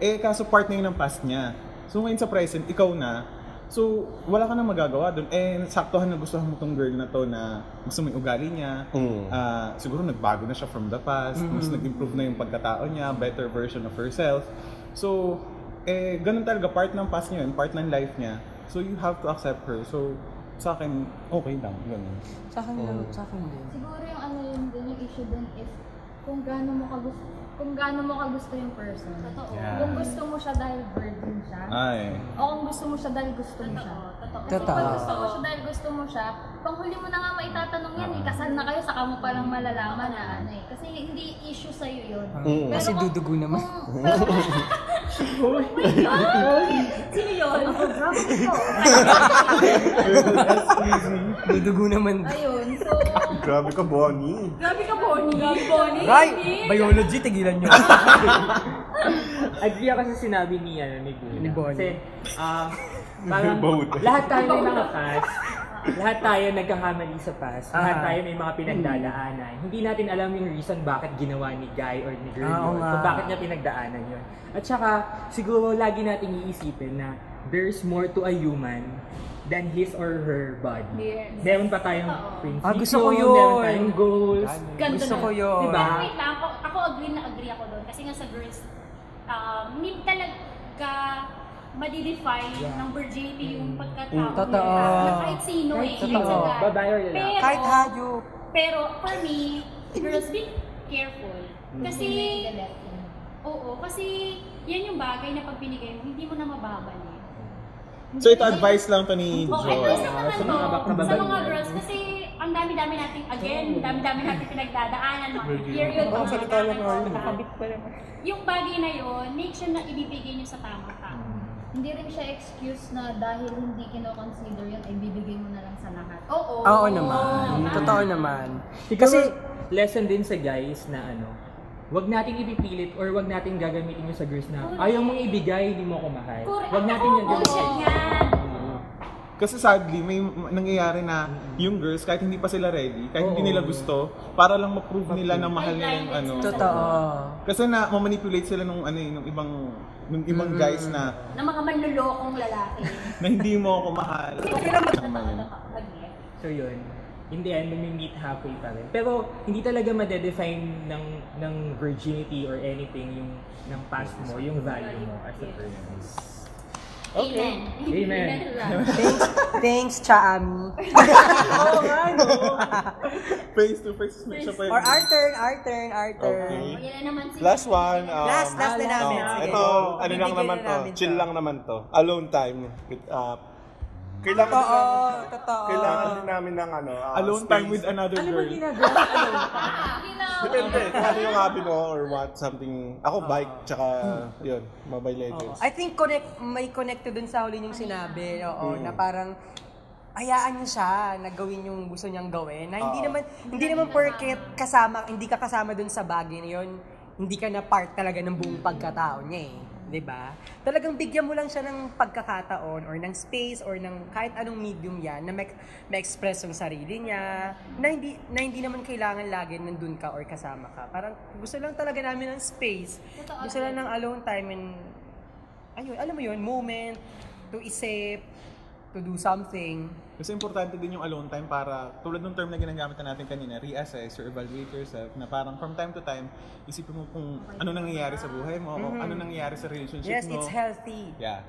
Eh, kaso part na yun ng past niya. So ngayon sa present, ikaw na. So, wala ka na magagawa doon. Eh, saktohan na gustuhan mo tong girl na to na gusto mo yung ugali niya. Mm. Ah, siguro nagbago na siya from the past. Mas nag-improve na yung pagkatao niya, better version of herself. So, eh, ganun talaga. Part ng past niya yun, part ng life niya. So, you have to accept her. So, sa akin, okay lang. Ganun. Sa akin lang, sa akin din. Siguro yung ano yun din, yung issue dun is kung gaano mo kagusto kung gaano mo kagusto yung person. Totoo. Yeah. Ah, Kung gusto mo siya dahil burden siya, Ay. o kung gusto mo siya dahil gusto mo siya. Totoo. Totoo. Kung gusto mo siya dahil gusto mo siya, panghuli mo na nga maitatanong yan eh, kasal na kayo, saka mo palang malalaman na ano eh. Kasi hindi issue sa'yo yun. Mm. Kasi kung- dudugo naman. Kung, pero, Sino yun? Dudugo naman. ayun, so, Grabe ka, Bonnie. Grabe ka, Bonnie. Grabe, Bonnie. Right! Biology, tigilan nyo. Agree ako sa sinabi ni, ano, ni Gula. Ni Bonnie. Kasi, ah, parang Bauta. lahat tayo may mga past. lahat tayo nagkakamali sa past. Lahat Ah. tayo may mga pinagdadaanan. Hindi natin alam yung reason bakit ginawa ni guy or ni girl Ah, oo yun. nga. Kung bakit niya pinagdaanan yun. At saka, siguro lagi nating iisipin na there's more to a human than his or her body. Yes. Meron pa tayong prinsipyo, Ah, gusto ko yun. meron tayong goals. Ganda Gusto na. ko yun. Diba? Pero wait lang, ako, ako agree na agree ako doon. Kasi nga sa girls, um, hindi talaga madidefine ng virginity yung pagkatao. Mm, totoo. nila. Na kahit sino eh. sino. kahit sa guy. Babae or lalaki. Pero, Kahit hayop. pero for me, girls, be careful. Mm-hmm. Kasi, oo, kasi yan yung bagay na pag binigay mo, hindi mo na mababalik. So ito advice lang to ni Oh, at Joy. least naman Sa to, mga bak- na sa mga babae. Oh. girls, kasi ang dami-dami natin, again, dami-dami natin pinagdadaanan, mga period, mga nakakabit pa Yung bagay na yun, make sure na ibibigay nyo sa tamang tao. Mm. hindi rin siya excuse na dahil hindi kinoconsider yun, ibibigay mo na lang sa lahat. Oo. Oo naman. Totoo naman. Kasi lesson din sa guys na ano, wag nating ipipilit or wag nating gagamitin yung sa girls na ayaw mong ibigay, hindi mo ako mahal. Correct. Wag natin yung Oo, gagamitin. bullshit oh, yan. Kasi sadly, may m- nangyayari na yung girls, kahit hindi pa sila ready, kahit hindi Oo. nila gusto, para lang ma-prove nila na mahal nila yung ano. Totoo. Kasi na mamanipulate sila nung ano eh, nung ibang nung ibang guys na Na mga manlulokong lalaki. na hindi mo ako mahal. Okay naman. yun. So yun, in the end, nami-meet halfway pa rin. Pero hindi talaga madedefine ng ng virginity or anything yung ng past mo, yung value mo as a person. Amen. Amen. Thanks, thanks, Cha Ami. Face to face siya pa yun. Or our turn, our turn, our turn. Okay. Yan na naman sila. Last one. Um, Last, last na Ah, namin. oh, Sige. ito, ano lang Bibigyan naman na to. namin Chill lang naman to. Alone time. With, uh, kailangan, Totoo, totoo. kailangan din namin ng ano. uh, Alone space. time with another Ano girl. bang ginagawa? Ano? Depende. Kung ano yung hobby mo or what, something. Ako, bike, tsaka yun, mobile legends. I think connect, may connected dun sa huli niyong sinabi, oo, na parang hayaan niyo siya na gawin yung gusto niyang gawin. Na hindi Oo. naman hindi naman porket kasama, hindi ka kasama dun sa bagay na yun, hindi ka na part talaga ng buong pagkatao niya eh. 'Di ba? Talagang bigyan mo lang siya ng pagkakataon or ng space or ng kahit anong medium yan na ma- ma-express yung sarili niya na hindi, na hindi naman kailangan lagi nandun ka or kasama ka. Parang gusto lang talaga namin ng space. gusto lang ng alone time and ayun, alam mo yun, moment to isip, to do something. Kasi importante din yung alone time para tulad ng term na ginagamit na natin kanina, reassess or evaluate yourself na parang from time to time, isipin mo kung ano nangyayari sa buhay mo, o ano nangyayari sa relationship Mm-hmm. Yes, mo. it's healthy. Yeah.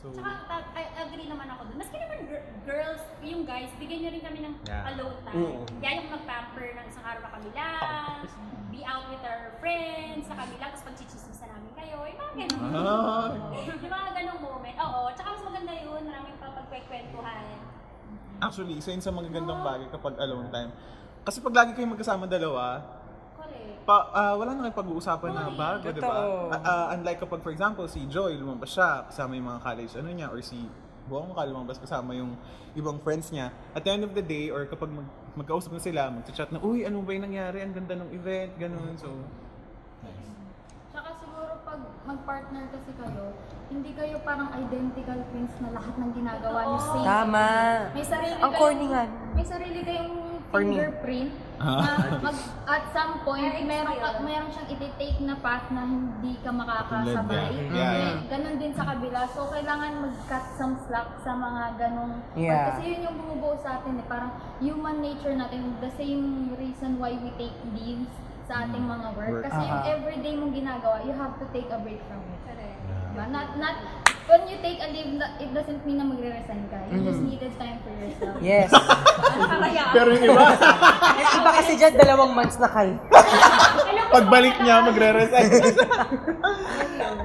So, Tsaka, ta- I agree naman ako dun. Maski naman gir- girls, yung guys, bigyan nyo rin kami ng Yeah. alone time. Yan yung mag-pamper ng isang araw na kami lang, be out with our friends, sa kami lang, tapos pagchichismisa namin kayo, yung mga ganun. Ah. yung mga ganung moment. Oo, tsaka mas maganda yun, maraming papagkwekwentuhan. actually, isa yun sa mga gandang bagay kapag alone time. Kasi pag lagi kayong magkasama dalawa, Correct. pa, ah, wala na kayong pag-uusapan na bago, di ba? Totoo. Ah, ah, unlike kapag, for example, si Joy, lumabas siya, kasama yung mga college, ano niya, or si buong mukha lumabas kasama yung ibang friends niya. At the end of the day, or kapag mag magkausap na sila, magchat na, uy, ano ba yung nangyari? Ang ganda ng event, ganun. So, Tsaka siguro pag mag-partner kasi kayo, hindi kayo parang identical twins na lahat ng ginagawa niyo same. Tama. May sarili Ang kayong- corny nga. May sarili kayong For me. fingerprint. na mag, at some point, meron, ah. ka, meron siyang iti-take na path na hindi ka Yeah. makakasabay. Yeah, yeah. Ganon din sa kabila. So, kailangan mag-cut some slack sa mga ganong part. Yeah. Kasi yun yung bumubuo sa atin eh. Parang human nature natin. The same reason why we take leaves sa ating mga work. Work. Kasi yung Aha. everyday mong ginagawa, you have to take a break from it. Correct. Diba? Not, not, when you take a leave, na- it doesn't mean na magre-resign ka. Mm-hmm. You just needed time for yourself. Yes. Pero yung iba, Ay, iba kasi dyan, dalawang months na kayo. pagbalik niya, magre-resign.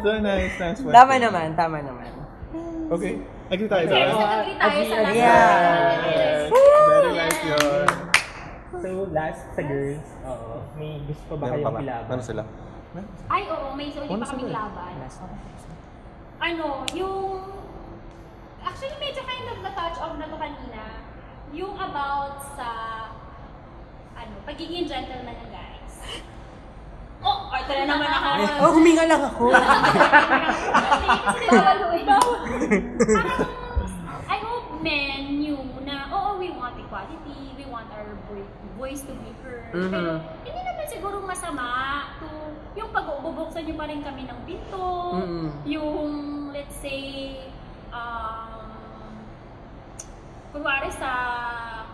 So nice, nice one. Tama naman, tama naman. okay. Agree tayo Pero doon. sa agree tayo sa last Yeah. one. Very nice yun. So, last sa girls, oo, may gusto pa ba Meron pa kayong ba? ilaban? Ano sila? Ay, oo, may isa ulit pa kaming laban. Ano, yung... Actually, medyo kind of na-touch off na to kanina. Yung about sa... Ano, pagiging gentleman ng guys. Oh, ito na naman ako. Oh, huminga lang ako. Kasi bawal ho eh. Bawal. Parang, I hope men knew na, oo, we want equality, we want our boi- voice to be heard. Pero, Mhm. hindi naman siguro masama to, yung pag-ububuksan nyo pa rin kami ng pinto, Mhm. yung, let's say, um, kunwari sa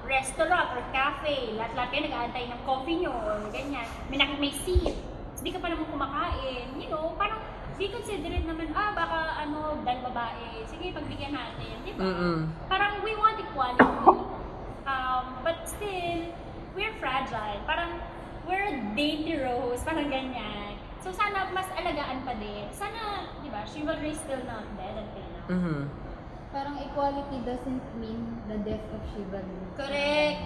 restaurant or cafe, lahat-lahat kayo nag-aantay ng coffee nyo or ganyan, may, nak- may seat, hindi ka pa naman kumakain, you know, parang be considerate naman, ah, baka ano, dahil babae, sige, pagbigyan natin, di ba? Mm-mm. Parang we want equality, um, but still, we're fragile, parang we're dainty rose, parang ganyan. So sana mas alagaan pa din. Sana, di ba, chivalry is still not dead until now. Mhm. Parang equality doesn't mean the death of chivalry. Correct!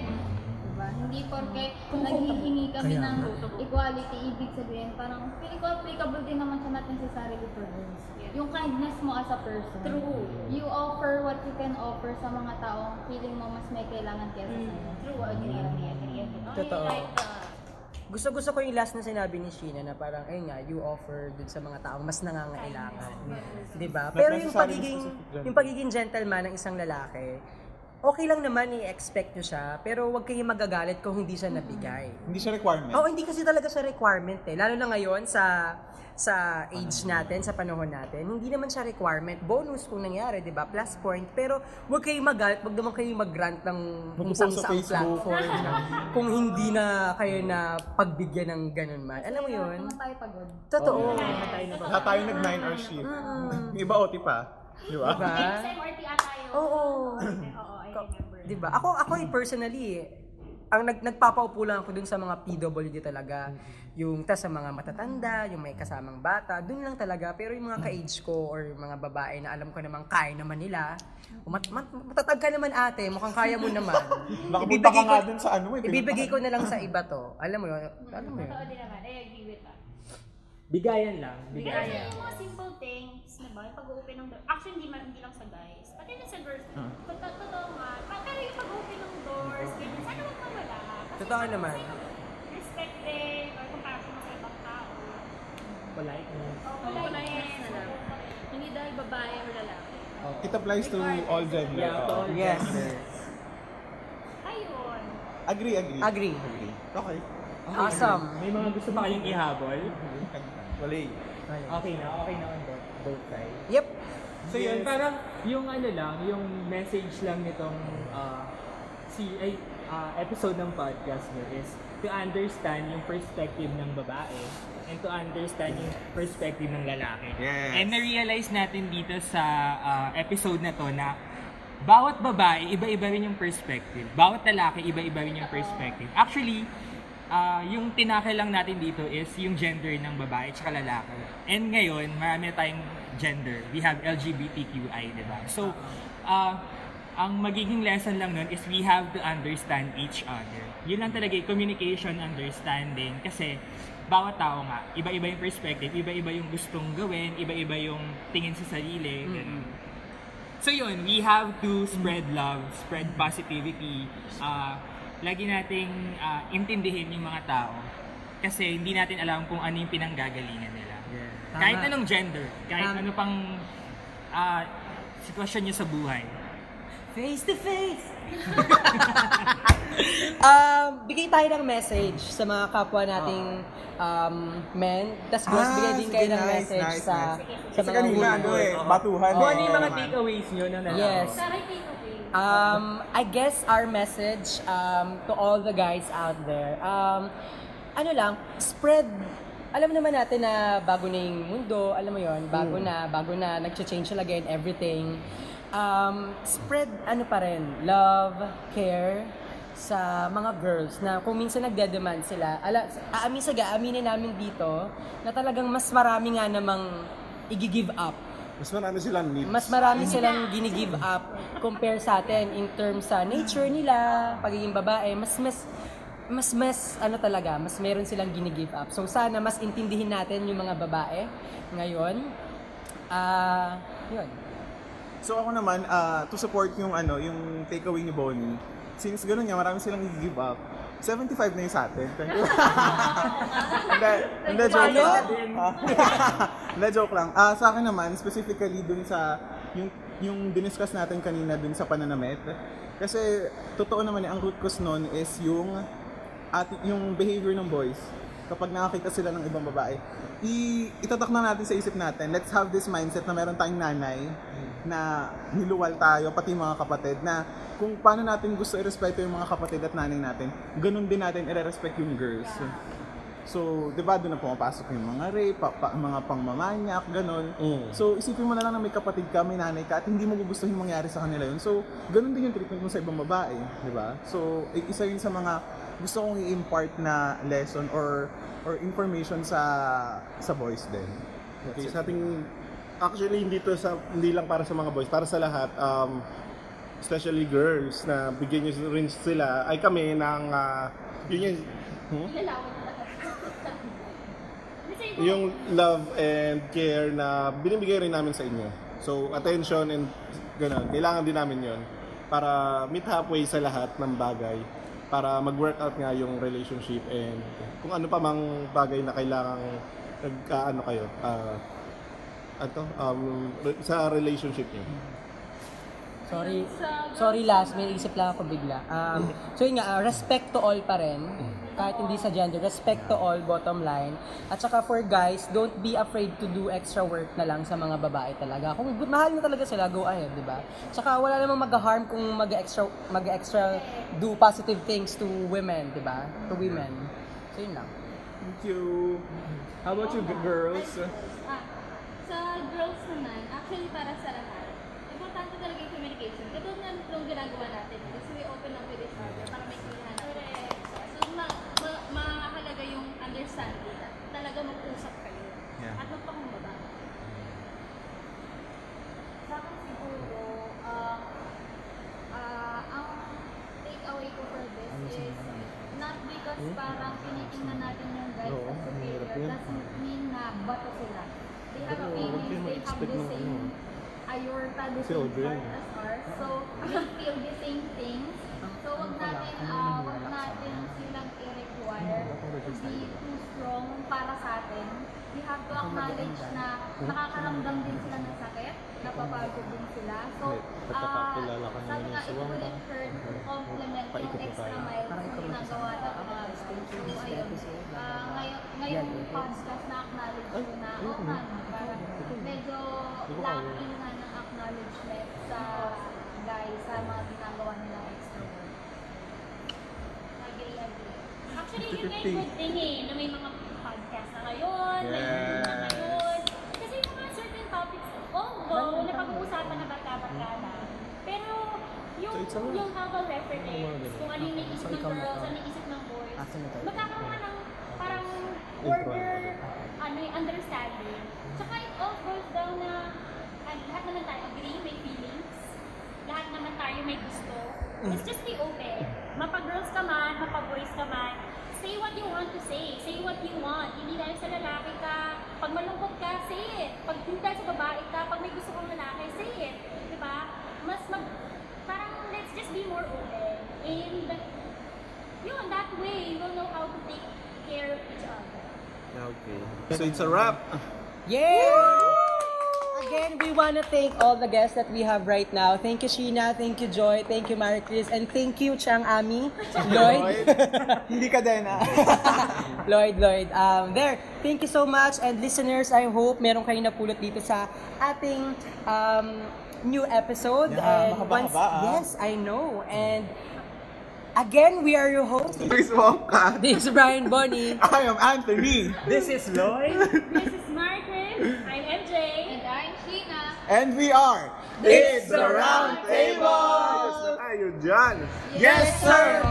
Diba? Hindi porke naghihingi kami ng equality, ibig sabihin parang feeling ko applicable din naman siya natin sa sarili persons. Yung kindness mo as a person. True. You offer what you can offer sa mga taong feeling mo mas may kailangan kaya sa sa'yo. Mm. True, agree, agree, agree, agree. Okay, Totoo. like, uh, Gusto gusto ko yung last na sinabi ni Sheena na parang ayun nga you offer dun sa mga taong mas nangangailangan. 'Di ba? Pero yung pagiging yung pagiging gentleman ng isang lalaki, okay lang naman i-expect nyo siya, pero huwag kayong magagalit kung hindi siya nabigay. Hindi siya requirement. Oh, Oo, hindi kasi talaga sa requirement eh. Lalo na ngayon sa sa age natin, sa panahon natin, hindi naman siya requirement. Bonus kung nangyari, di ba? Plus point. Pero huwag kayong magalit, huwag naman kayong mag-grant ng kung Magpo-post sa sang-sang Facebook. platform. na, kung hindi na kayo na pagbigyan ng ganun man. Alam mo yun? Kung tayo pagod. Totoo. Oh. Lahat tayo nag 9 hour shift. Mm. Yung iba OT pa. Di ba? Diba? Ay, sa MRT ata yun. Oo. Okay, Oo, I remember. Di ba? Ako, ako eh, personally, eh, ang nag, nagpapaupo lang ako dun sa mga PWD talaga. Yung tas sa mga matatanda, yung may kasamang bata, dun lang talaga. Pero yung mga ka-age ko or yung mga babae na alam ko namang kaya naman nila, mat, mat, matatag ka naman ate, mukhang kaya mo naman. Nakapunta ka nga dun sa ano eh. ibibigay ko na lang sa iba to. Alam mo yun? Alam mo yun? Totoo din naman, I agree with that. Bigayan lang. Pero Bigayan. yung mga simple things, di ba? Yung pag-open ng door. Actually, hindi, man, hindi lang sa guys. Pati na sa girls. Hmm. Tot- Totoo nga. Pa- Pero yung pag-open ng doors, ganyan. Sana wag mawala. Kasi Totoo syempre, naman. sino- Respect din, or compassion mo sa ibang tao. Polite. Oh, politeness. Hindi dahil babae or lalaki. It applies to all gender. Yeah, to all Yes. Ayun. Agree, agree. Agree. Okay. Awesome. May mga gusto pa kayong ihabol? Walay. Okay na, okay na on both, both sides. Yep. So yun, parang yung ano lang, yung message lang nitong ah, si, ay, ah, episode ng podcast nyo is to understand yung perspective ng babae and to understand yung perspective ng lalaki. Yes. And na-realize natin dito sa ah, episode na to na bawat babae, iba-iba rin yung perspective. Bawat lalaki, iba-iba rin yung perspective. Actually, ah, yung tinake lang natin dito is yung gender ng babae tsaka lalaki. And ngayon, marami na tayong gender. We have LGBTQI, di ba? So, ah, ang magiging lesson lang nun is we have to understand each other. Yun lang talaga, eh, communication, understanding. Kasi, bawat tao nga, iba-iba yung perspective, iba-iba yung gustong gawin, iba-iba yung tingin sa sarili. ganun. So yun, we have to spread love, spread positivity. Uh, lagi nating ah, intindihin yung mga tao. Kasi hindi natin alam kung ano yung pinanggagalingan nila. Tama. Kahit anong gender, kahit Tama. ano pang ah, sitwasyon nyo sa buhay. Face to face! um, bigay tayo ng message sa mga kapwa nating um, men. Tapos girls, Ah, bigay din kayo sige, ng nice, message nice, sa, sa Kasi mga kanina, women. ano eh, batuhan. Kung ano yung mga Naman. takeaways nyo na nalaman? Yes. Um, I guess our message um, to all the guys out there, um, ano lang, spread, alam naman natin na bago na yung mundo, alam mo yon bago na, bago na, nag-change talaga and everything. Um, spread, ano pa rin, love, care, sa mga girls na kung minsan nagde-demand sila, ala, aamin sa aaminin namin dito na talagang mas marami nga namang i-give up Mas marami silang need. mas marami silang gini-give up compare sa atin in terms sa nature nila, pagiging babae, mas mas mas mas ano talaga, mas meron silang gini-give up. So sana mas intindihin natin yung mga babae ngayon. Ah, yun. So ako naman, ah, to support yung ano, yung takeaway ni Bonnie, since ganun nga, marami silang give up, 75 na yung sa atin. Thank you. Hindi, hindi, joke Ano? lang. Ah, Hindi, joke lang. Ah, sa akin naman, specifically dun sa, yung, yung diniscuss natin kanina dun sa pananamit, kasi totoo naman, eh, ang root cause nun is yung, at yung behavior ng boys kapag nakakita sila ng ibang babae, i itatak na natin sa isip natin, let's have this mindset na meron tayong nanay na niluwal tayo, pati mga kapatid, na kung paano natin gusto irespeto yung mga kapatid at nanay natin, ganun din natin irerespeto yung girls. So, di ba, doon na pumapasok yung mga rape, pa, pa- mga pangmamanyak, ganun. So, isipin mo na lang na may kapatid ka, may nanay ka, at hindi mo gugustuhin yung mangyari sa kanila yun. So, ganun din yung treatment mo sa ibang babae, di ba? So, i- isa yun sa mga gusto kong i-impart na lesson or or information sa sa boys din. Okay, sa ating actually hindi to sa hindi lang para sa mga boys, para sa lahat um especially girls na bigyan niyo rin sila ay kami ng ah, yun yung yung love and care na binibigay rin namin sa inyo. So attention and ganun, kailangan din namin 'yon para meet halfway sa lahat ng bagay para mag-workout nga yung relationship and kung ano pa mang bagay na kailangan nag ano kayo ah, ato um, re- sa relationship niyo. Sorry. Sorry last, may isip lang ako bigla. Um, so yun nga, uh, respect to all pa rin. Kahit hindi sa gender, respect to all, bottom line. At saka for guys, don't be afraid to do extra work na lang sa mga babae talaga. Kung gu- mahal mo talaga sila, go ahead, di ba? Saka wala namang mag-harm kung mag-extra, mag-extra do positive things to women, di ba? To women. So yun lang. Thank you. How about you g- girls? Ah, sa girls naman, actually para sa lahat, importante talaga yung communication. Katulad nga nung ginagawa natin, kasi we open up with each other para may kulihan. So, ma ma- mahalaga yung understanding na talaga mag-usap kayo. Yeah. At magpakumbaba. Sa akin siguro, ah, ah, ang takeaway ko for this is not because parang tinitingnan natin yung guys as superior doesn't mean na bato sila. They have feelings, they have the same ayorta, the same heart as ours. So, they feel the same things. So, wag natin, ah, wag natin silang i-require to be too strong para sa atin. We have to acknowledge na nakakaramdam din sila ng sakit, napapagod din sila. So, ah, sabi nga, it wouldn't hurt to complement yung extra mile na ginagawa ng mga guys. So, ayun. Ah, ngayon, ngayong podcast na-acknowledge ko na, oh man, parang medyo lacking na ng acknowledgement sa guys sa mga ginagawa nila extra work. Agree, agree. Actually, yun nga yung good thing eh, na may mga podcast na ngayon, may Yes. mga ngayon. Kasi yung mga certain topics, although napag-uusapan na bata-bata na, pero yung, yung habang reference, kung ano yung naisip ng girls, ano yung isip ng boys, magkakaroon ka ng parang order, ano yung understanding. Tsaka it all goes down na ah, lahat naman tayo agree, may feelings. Lahat naman tayo may gusto. Let's just be open. Mapag-girls ka man, mapag-boys ka man, say what you want to say. Say what you want. Hindi dahil sa lalaki ka. Pag malungkot ka, say it. Pag hindi dahil sa babae ka, pag may gusto kang lalaki, say it. Di ba? Mas mag... Parang let's just be more open. And yun, that way, we'll know how to take care of each other. So it's a wrap. Yeah! Again, we want to thank all the guests that we have right now. Thank you, Sheena. Thank you, Joy. Thank you, Mary Chris. And thank you, Chang Ami. Lloyd. Hindi ka din ah. Lloyd, Lloyd. Um, there, thank you so much. And listeners, I hope meron kayong napulot dito sa ating um, new episode. Yeah, And mahaba-haba, once- ah. Yes, I know. And again, we are your hosts. Please walk ka. This is Brian Bonnie. I am Anthony. This is Lloyd. This is Margaret. I'm MJ. And I'm Sheena. And we are... It's the Round Ayos na tayo dyan. Yes, sir!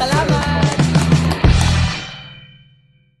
Salamat!